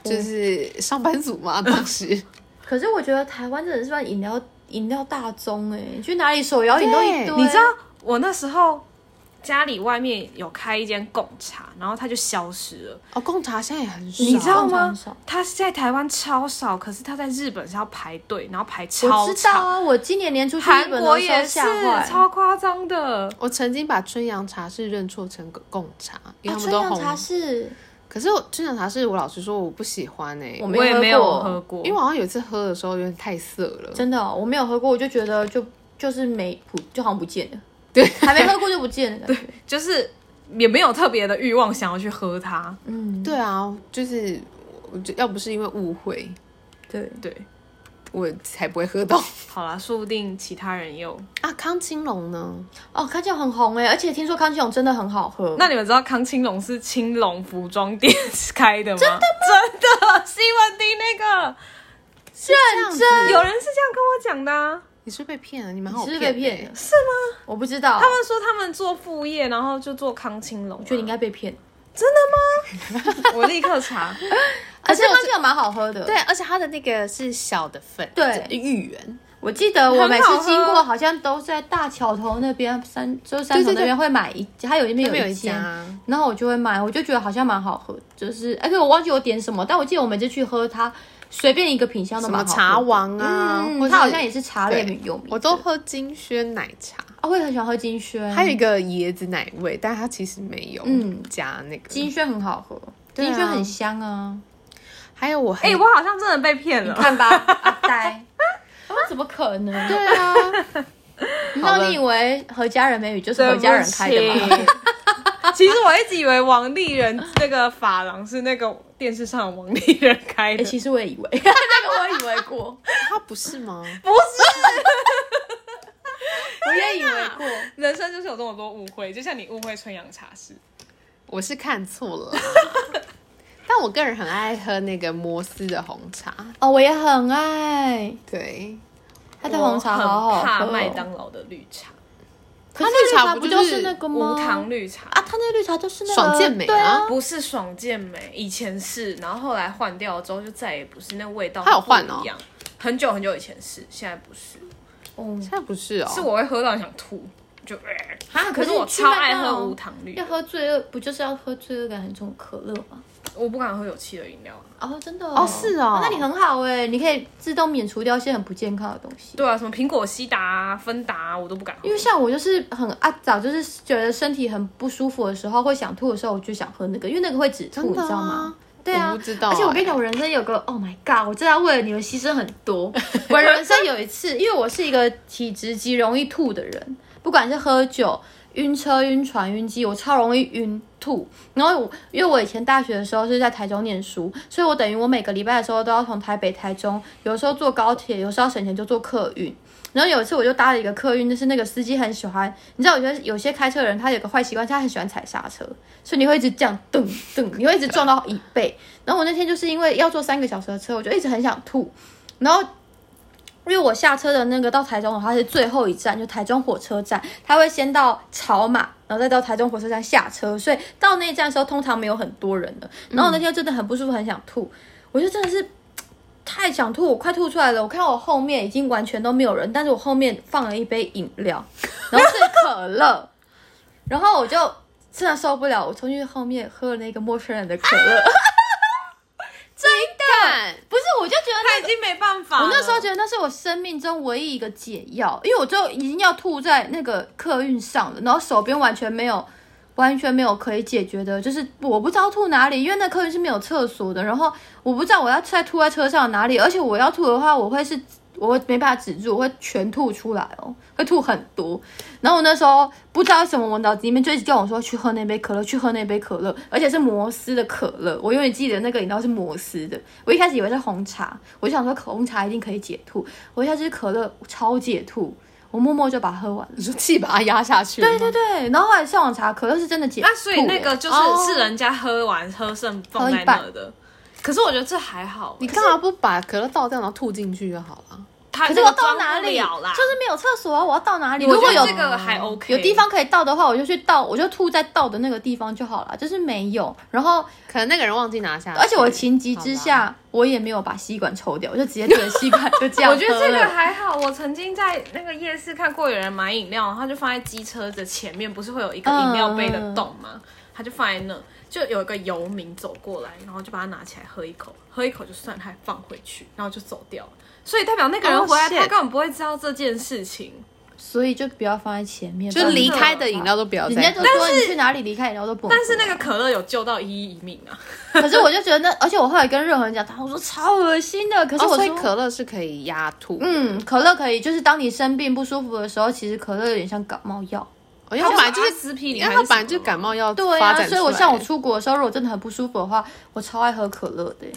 [SPEAKER 2] 就是上班族嘛，当时
[SPEAKER 3] 可是我觉得台湾真的是算饮料饮料大宗哎、去哪里手摇饮都一堆。
[SPEAKER 2] 对
[SPEAKER 1] 你知道我那时候家里外面有开一间贡茶，然后它就消失了。
[SPEAKER 2] 哦，贡茶现在也很少，
[SPEAKER 1] 你知道
[SPEAKER 3] 贡茶
[SPEAKER 1] 吗
[SPEAKER 3] 很少？
[SPEAKER 1] 它在台湾超少，可是它在日本是要排队，然后排
[SPEAKER 3] 我
[SPEAKER 1] 超
[SPEAKER 3] 知道
[SPEAKER 1] 长。
[SPEAKER 3] 啊，我今年年初去日
[SPEAKER 1] 韩
[SPEAKER 3] 本
[SPEAKER 1] 国
[SPEAKER 3] 的时候
[SPEAKER 1] 也是
[SPEAKER 3] 吓坏。哎
[SPEAKER 1] 超夸张的，
[SPEAKER 2] 我曾经把春阳茶是认错成贡茶，因为他们
[SPEAKER 3] 哦春
[SPEAKER 2] 都
[SPEAKER 3] 阳
[SPEAKER 2] 红。
[SPEAKER 3] 茶是
[SPEAKER 2] 可是我春阳茶是我老实说我不喜欢哎、
[SPEAKER 3] 我
[SPEAKER 1] 我也没
[SPEAKER 3] 没
[SPEAKER 1] 有
[SPEAKER 3] 有
[SPEAKER 1] 喝
[SPEAKER 3] 喝
[SPEAKER 1] 过，
[SPEAKER 2] 因为我好像有一次喝的时候有点太涩了。
[SPEAKER 3] 真的哦、我没有喝过，我就觉得就就是没普，就好像不见了。对，还没喝过就不见了。 对，
[SPEAKER 1] 就是也没有特别的欲望想要去喝它。
[SPEAKER 3] 嗯，
[SPEAKER 2] 对啊，就是我就要不是因为误会，
[SPEAKER 3] 对，
[SPEAKER 1] 对，
[SPEAKER 2] 我才不会喝到
[SPEAKER 1] 好啦，说不定其他人也有。
[SPEAKER 2] 啊。康青龙呢？
[SPEAKER 3] 哦，康庆很红哎，而且听说康庆勇真的很好喝。
[SPEAKER 1] 那你们知道康青龙是青龙服装店开的吗？真的真的，新闻听那
[SPEAKER 2] 认
[SPEAKER 1] 个，
[SPEAKER 2] 真
[SPEAKER 1] 有人是这样跟我讲的、啊。
[SPEAKER 2] 你是不是被骗了？你们好
[SPEAKER 3] 你
[SPEAKER 2] 好
[SPEAKER 3] 是不是被骗
[SPEAKER 2] 欸
[SPEAKER 3] 了？是吗？我不知道，
[SPEAKER 1] 他们说他们做副业，然后就做康青龙、啊。
[SPEAKER 3] 我觉得你应该被骗。
[SPEAKER 1] 我立刻 查。
[SPEAKER 3] 可是康庆勇蛮好喝的。
[SPEAKER 2] 对，，而且它的那个是小的份，
[SPEAKER 3] 对
[SPEAKER 2] 芋圆，
[SPEAKER 3] 我记得我每次经
[SPEAKER 1] 很好
[SPEAKER 3] 过，
[SPEAKER 1] 喝
[SPEAKER 3] 好像都在大桥头那边三，就是三重那边会买一，它有一
[SPEAKER 2] 那
[SPEAKER 3] 边
[SPEAKER 2] 边有
[SPEAKER 3] 一
[SPEAKER 2] 一
[SPEAKER 3] 间，
[SPEAKER 2] 家，
[SPEAKER 3] 然后我就会买，我就觉得好像蛮好喝，就是，而且我忘记我点什么，但我记得我每次去喝它，随便一个品相都
[SPEAKER 2] 什么
[SPEAKER 3] 蛮好喝的
[SPEAKER 2] 茶王啊，或
[SPEAKER 3] 嗯，
[SPEAKER 2] 者
[SPEAKER 3] 它好像也是茶类
[SPEAKER 2] 对
[SPEAKER 3] 很有名的。
[SPEAKER 2] 我都喝金萱奶茶，
[SPEAKER 3] 啊，我也很喜欢喝金萱，
[SPEAKER 2] 还有一个椰子奶味，但它其实没有
[SPEAKER 3] 嗯
[SPEAKER 2] 加那个。
[SPEAKER 3] 金萱很好喝，
[SPEAKER 2] 对啊
[SPEAKER 3] 金萱很香啊。
[SPEAKER 2] 还有我
[SPEAKER 1] 哎、
[SPEAKER 2] 很，
[SPEAKER 1] 我好像真的被骗了。
[SPEAKER 3] 看吧，阿呆，我说怎么可能？
[SPEAKER 2] 对啊，
[SPEAKER 3] 你知
[SPEAKER 2] 好
[SPEAKER 3] 道
[SPEAKER 2] 了
[SPEAKER 3] 你以为何家人美语就是
[SPEAKER 1] 对
[SPEAKER 3] 何
[SPEAKER 1] 不
[SPEAKER 3] 家人开的吗？
[SPEAKER 1] 起 其实我一直以为王丽人那个发廊是那个电视上的王丽人开
[SPEAKER 3] 哎，
[SPEAKER 1] 的，
[SPEAKER 3] 其实我也以为，那个我也以为过，
[SPEAKER 2] 它啊不是 吗？
[SPEAKER 1] 不是。
[SPEAKER 3] 我也以为过。
[SPEAKER 1] 人生就是有这么多误会，就像你误会春阳茶室。
[SPEAKER 2] 我是看错了 啦。但我个人很爱喝那个摩斯的红茶，
[SPEAKER 3] 哦，我也很爱
[SPEAKER 2] 对，
[SPEAKER 3] 它的红茶，好
[SPEAKER 1] 我
[SPEAKER 3] 好
[SPEAKER 1] 很怕
[SPEAKER 3] 喝。哦
[SPEAKER 1] 麦，当劳的绿茶，
[SPEAKER 3] 可
[SPEAKER 2] 它
[SPEAKER 3] 是
[SPEAKER 2] 那
[SPEAKER 3] 绿
[SPEAKER 2] 个茶
[SPEAKER 3] 茶
[SPEAKER 2] 不
[SPEAKER 3] 不
[SPEAKER 2] 就
[SPEAKER 3] 就是是那个吗？
[SPEAKER 1] 无糖绿茶
[SPEAKER 3] 啊，它那个绿茶就是那个
[SPEAKER 2] 爽健美
[SPEAKER 3] 对啊，
[SPEAKER 2] 啊，
[SPEAKER 1] 不是爽健美，以前是，然后后来换掉了之后就再也不是那味道，
[SPEAKER 2] 它有换哦
[SPEAKER 1] 一样。很久很久以前是，现在不是，
[SPEAKER 3] 哦，
[SPEAKER 2] 现在不是哦，
[SPEAKER 1] 是我会喝到想吐，就啊
[SPEAKER 3] 可
[SPEAKER 1] 可
[SPEAKER 3] 是
[SPEAKER 1] 是
[SPEAKER 3] 你
[SPEAKER 1] 我
[SPEAKER 3] 去
[SPEAKER 1] 超
[SPEAKER 3] 麦
[SPEAKER 1] 爱
[SPEAKER 3] 当劳
[SPEAKER 1] 喝无糖绿的
[SPEAKER 3] 要，喝罪恶不就是要喝罪恶感很重的可乐吗？
[SPEAKER 1] 我不敢喝有气的饮料啊。
[SPEAKER 3] 哦，真的
[SPEAKER 2] 哦是哦
[SPEAKER 3] 那你很好哎，你可以自动免除掉一些很不健康的东西。
[SPEAKER 1] 对啊，什么苹果西达、啊、芬达、啊，我都不敢喝。
[SPEAKER 3] 因为像我就是很啊，早就是觉得身体很不舒服的时候，会想吐的时候，我就想喝那个，因为那个会止吐，
[SPEAKER 2] 真
[SPEAKER 3] 你
[SPEAKER 2] 的
[SPEAKER 3] 知道吗
[SPEAKER 2] 啊？
[SPEAKER 3] 对啊，
[SPEAKER 2] 我不知道
[SPEAKER 3] 而且我跟
[SPEAKER 2] 欸
[SPEAKER 3] 你讲，我人生有个 Oh my God，我真的要为了你们牺牲很 多。我人生有一次，因为我是一个体质极容易吐的人，不管是喝酒、晕车、晕船、晕机，我超容易晕吐。然后我因为我以前大学的时候是在台中念书，所以我等于我每个礼拜的时候都要从台北、台中，有时候坐高铁，有时候省钱就坐客运。然后有一次我就搭了一个客运，就是那个司机很喜欢，你知道，我觉得有些开车的人他有个坏习惯，他很喜欢踩刹车，所以你会一直这样噔噔，你会一直撞到椅背。然后我那天就是因为要坐三个小时的车，我就一直很想吐，然后。因为我下车的那个到台中的话是最后一站，就台中火车站，他会先到草马，然后再到台中火车站下车，所以到那一站的时候通常没有很多人的。然后我那天真的很不舒服，很想吐，我就真的是太想吐，我快吐出来了。我看我后面已经完全都没有人，但是我后面放了一杯饮料，然后是可乐，然后我就真的受不了，我冲去后面喝了那个陌生人的可乐。
[SPEAKER 2] 但
[SPEAKER 3] 不是，我就觉得
[SPEAKER 1] 他已经没办法了。
[SPEAKER 3] 我那时候觉得那是我生命中唯一一个解药，因为我最后已经要吐在那个客运上了，然后手边完全没有，完全没有可以解决的，就是我不知道吐哪里，因为那客运是没有厕所的，然后我不知道我要再吐在车上哪里，而且我要吐的话，我会是。我会没办法止住，我会全吐出来哦，会吐很多。然后我那时候不知道为什么，我脑子里面就一直跟我说去喝那杯可乐，去喝那杯可乐，而且是摩斯的可乐。我永远记得那个饮料是摩斯的。我一开始以为是红茶，我就想说可红茶一定可以解吐，我一下就是可乐超解吐。我默默就把它喝完了。
[SPEAKER 2] 你说气把它压下去吗，
[SPEAKER 3] 对对对，然后后来上网查，可乐是真的解
[SPEAKER 1] 那啊所以
[SPEAKER 3] 吐
[SPEAKER 1] 那
[SPEAKER 3] 欸
[SPEAKER 1] 个就是、
[SPEAKER 2] 哦
[SPEAKER 1] 是人家喝完喝剩放
[SPEAKER 3] 喝一
[SPEAKER 1] 在
[SPEAKER 3] 半
[SPEAKER 1] 那的，可是我觉得这还好、
[SPEAKER 2] 你干嘛不把可乐倒掉，然后吐进去就好了？
[SPEAKER 1] 他
[SPEAKER 3] 可是
[SPEAKER 1] 个
[SPEAKER 3] 我
[SPEAKER 1] 装
[SPEAKER 3] 到
[SPEAKER 1] 不
[SPEAKER 3] 哪里
[SPEAKER 1] 了啦，
[SPEAKER 3] 就是没有厕所啊！我要到哪里？
[SPEAKER 1] 我
[SPEAKER 3] 如果
[SPEAKER 1] 觉
[SPEAKER 3] 有
[SPEAKER 1] 得这个还 OK，
[SPEAKER 3] 有地方可以倒的话，我就去倒，我就吐在倒的那个地方就好了。就是没有，然后
[SPEAKER 2] 可能那个人忘记拿下来，
[SPEAKER 3] 而且我情急之
[SPEAKER 2] 好
[SPEAKER 3] 下，我也没有把吸管抽掉，我就直接对着吸管就这样
[SPEAKER 1] 我觉得这
[SPEAKER 3] 喝
[SPEAKER 1] 个
[SPEAKER 3] 了
[SPEAKER 1] 还好，我曾经在那个夜市看过有人买饮料，然后他就放在机车的前面，不是会有一个饮料杯的洞
[SPEAKER 3] 嗯
[SPEAKER 1] 吗？他就放在那，就有一个游民走过来，然后就把它拿起来喝一口，喝一口就算，他还放回去，然后就走掉了。所以代表那
[SPEAKER 3] 哦
[SPEAKER 1] 个人回来
[SPEAKER 2] Oh, shit
[SPEAKER 1] 他根本不会知道这件事情。
[SPEAKER 3] 所以就不要放在前面，
[SPEAKER 2] 就离开的饮料都不要
[SPEAKER 3] 人
[SPEAKER 2] 再哦
[SPEAKER 3] 家
[SPEAKER 2] 喝
[SPEAKER 3] 就说你去哪里离开饮料都不能喝。
[SPEAKER 1] 但是那个可乐有救到一一一命啊！
[SPEAKER 3] 可是我就觉得那，而且我后来跟任何人讲，他我说超恶心的。可是
[SPEAKER 2] 哦，
[SPEAKER 3] 我
[SPEAKER 2] 所
[SPEAKER 3] 说、
[SPEAKER 2] 以可乐是可以压吐，嗯，
[SPEAKER 3] 嗯，可乐可以，就是当你生病不舒服的时候，其实可乐有点像感冒药。
[SPEAKER 2] 因为它本来
[SPEAKER 1] 就
[SPEAKER 2] 哦就是是，
[SPEAKER 1] 撕皮，
[SPEAKER 2] 因为它本来就感冒要
[SPEAKER 3] 对
[SPEAKER 2] 发
[SPEAKER 3] 啊，
[SPEAKER 2] 展出
[SPEAKER 3] 所
[SPEAKER 2] 来
[SPEAKER 3] 以我像我出国的时候，如果真的很不舒服的话，我超爱喝可乐的欸。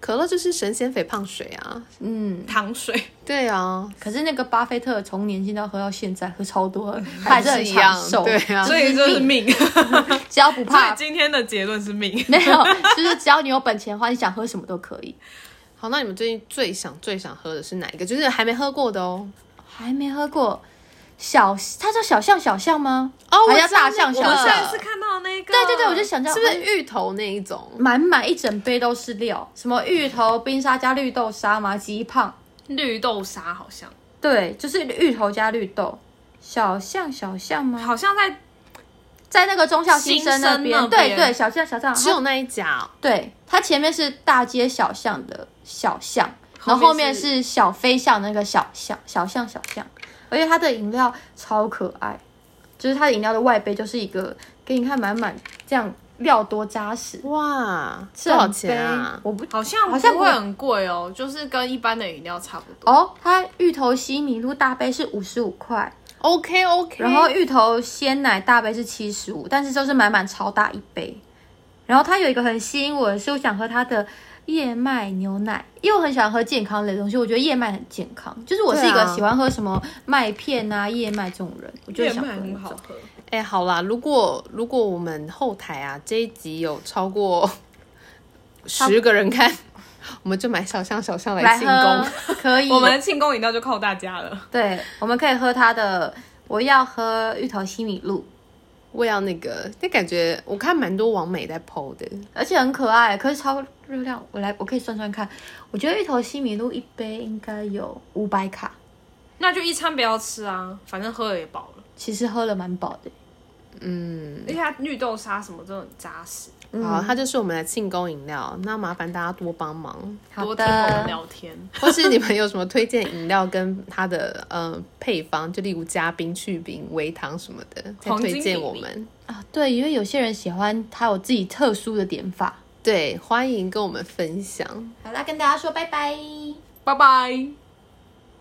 [SPEAKER 2] 可乐就是神仙肥胖水啊，
[SPEAKER 3] 嗯，
[SPEAKER 1] 糖水，
[SPEAKER 2] 对啊，
[SPEAKER 3] 可是那个巴菲特从年轻到喝到现在，喝超多了，他还是很
[SPEAKER 2] 一
[SPEAKER 3] 长
[SPEAKER 2] 样，
[SPEAKER 3] 寿。
[SPEAKER 2] 对啊，
[SPEAKER 1] 所以就是命。 所
[SPEAKER 3] 只要不
[SPEAKER 1] 以
[SPEAKER 3] 怕，
[SPEAKER 1] 今天的结论是命。
[SPEAKER 3] 没有，就是只要你有本钱的话，你想喝什么都可以。
[SPEAKER 2] 好，那你们最近最想最想喝的是哪一个？就是还没喝过的哦。
[SPEAKER 3] 还没喝过小，它叫小象小象吗？
[SPEAKER 2] 哦我
[SPEAKER 3] 还叫
[SPEAKER 2] 知道
[SPEAKER 3] 大象
[SPEAKER 2] 那个
[SPEAKER 3] 小
[SPEAKER 1] 我
[SPEAKER 2] 我
[SPEAKER 3] 象。
[SPEAKER 1] 上一次看到那个，
[SPEAKER 3] 呃对对对，我就想叫
[SPEAKER 2] 是不是芋头那一种？
[SPEAKER 3] 满满一整杯都是料，什么芋头冰沙加绿豆沙嘛，鸡胖。
[SPEAKER 1] 绿豆沙好像。
[SPEAKER 3] 对，就是芋头加绿豆。小象小象吗？
[SPEAKER 1] 好像在
[SPEAKER 3] 在那个中校新生那
[SPEAKER 1] 新生那边
[SPEAKER 3] 边，对对，小象小象，
[SPEAKER 2] 只有那一家、哦，
[SPEAKER 3] 对，它前面是大街小巷的小巷，
[SPEAKER 1] 后面
[SPEAKER 3] 然后后面
[SPEAKER 1] 是
[SPEAKER 3] 是小飞象那个小巷，小巷小巷。而且它的饮料超可爱，就是它的饮料的外杯就是一个给你看满满这样料多扎实，
[SPEAKER 2] 哇，
[SPEAKER 3] 是
[SPEAKER 2] 多少钱啊？
[SPEAKER 3] 我不
[SPEAKER 1] 好像
[SPEAKER 3] 好像
[SPEAKER 1] 不
[SPEAKER 3] 不
[SPEAKER 1] 会
[SPEAKER 3] 会
[SPEAKER 1] 很贵哦，就是跟一般的饮料差不多。
[SPEAKER 3] 哦，它芋头西米露大杯是五十五块，
[SPEAKER 2] OK OK，
[SPEAKER 3] 然后芋头鲜奶大杯是七十五，但是就是满满超大一杯。然后它有一个很吸引我的是，我想喝它的燕麦牛奶，因为我很喜欢喝健康类的东西，我觉得燕麦很健康。就是我是一
[SPEAKER 2] 对
[SPEAKER 3] 个
[SPEAKER 2] 啊
[SPEAKER 3] 喜欢喝什么麦片啊、燕麦这种人，我就想喝那种。
[SPEAKER 1] 喝，
[SPEAKER 2] 哎、好啦，如果如果我们后台啊这一集有超过十个人看，我们就买小象小象来
[SPEAKER 3] 来
[SPEAKER 2] 庆功。
[SPEAKER 3] 喝可 以，
[SPEAKER 1] 我们庆功饮料就靠大家了。
[SPEAKER 3] 对，我们可以喝它的。我要喝芋头西米露，
[SPEAKER 2] 我也要那个，那感觉我看蛮多网美在 PO 的，
[SPEAKER 3] 而且很可爱，可是超热量。我来，我可以算算看，我觉得芋头西米露一杯应该有五百卡，
[SPEAKER 1] 那就一餐不要吃啊，反正喝了也饱了。
[SPEAKER 3] 其实喝了蛮饱的。
[SPEAKER 2] 嗯，
[SPEAKER 1] 而且它绿豆沙什么都很扎实，
[SPEAKER 2] 好，它就是我们的庆功饮料，那麻烦大家多帮忙。
[SPEAKER 1] 多
[SPEAKER 3] 好
[SPEAKER 1] 听我们
[SPEAKER 3] 的，
[SPEAKER 1] 聊天。
[SPEAKER 2] 或是你们有什么推荐饮料跟它的呃配方，就例如加冰去冰、微糖什么的，再
[SPEAKER 1] 黄金
[SPEAKER 2] 推荐
[SPEAKER 1] 比
[SPEAKER 2] 我
[SPEAKER 1] 例
[SPEAKER 2] 们。
[SPEAKER 3] 啊，对，因为有些人喜欢他有自己特殊的点法。
[SPEAKER 2] 对，欢迎跟我们分享。
[SPEAKER 3] 好啦，跟大家说拜拜。
[SPEAKER 1] 拜拜。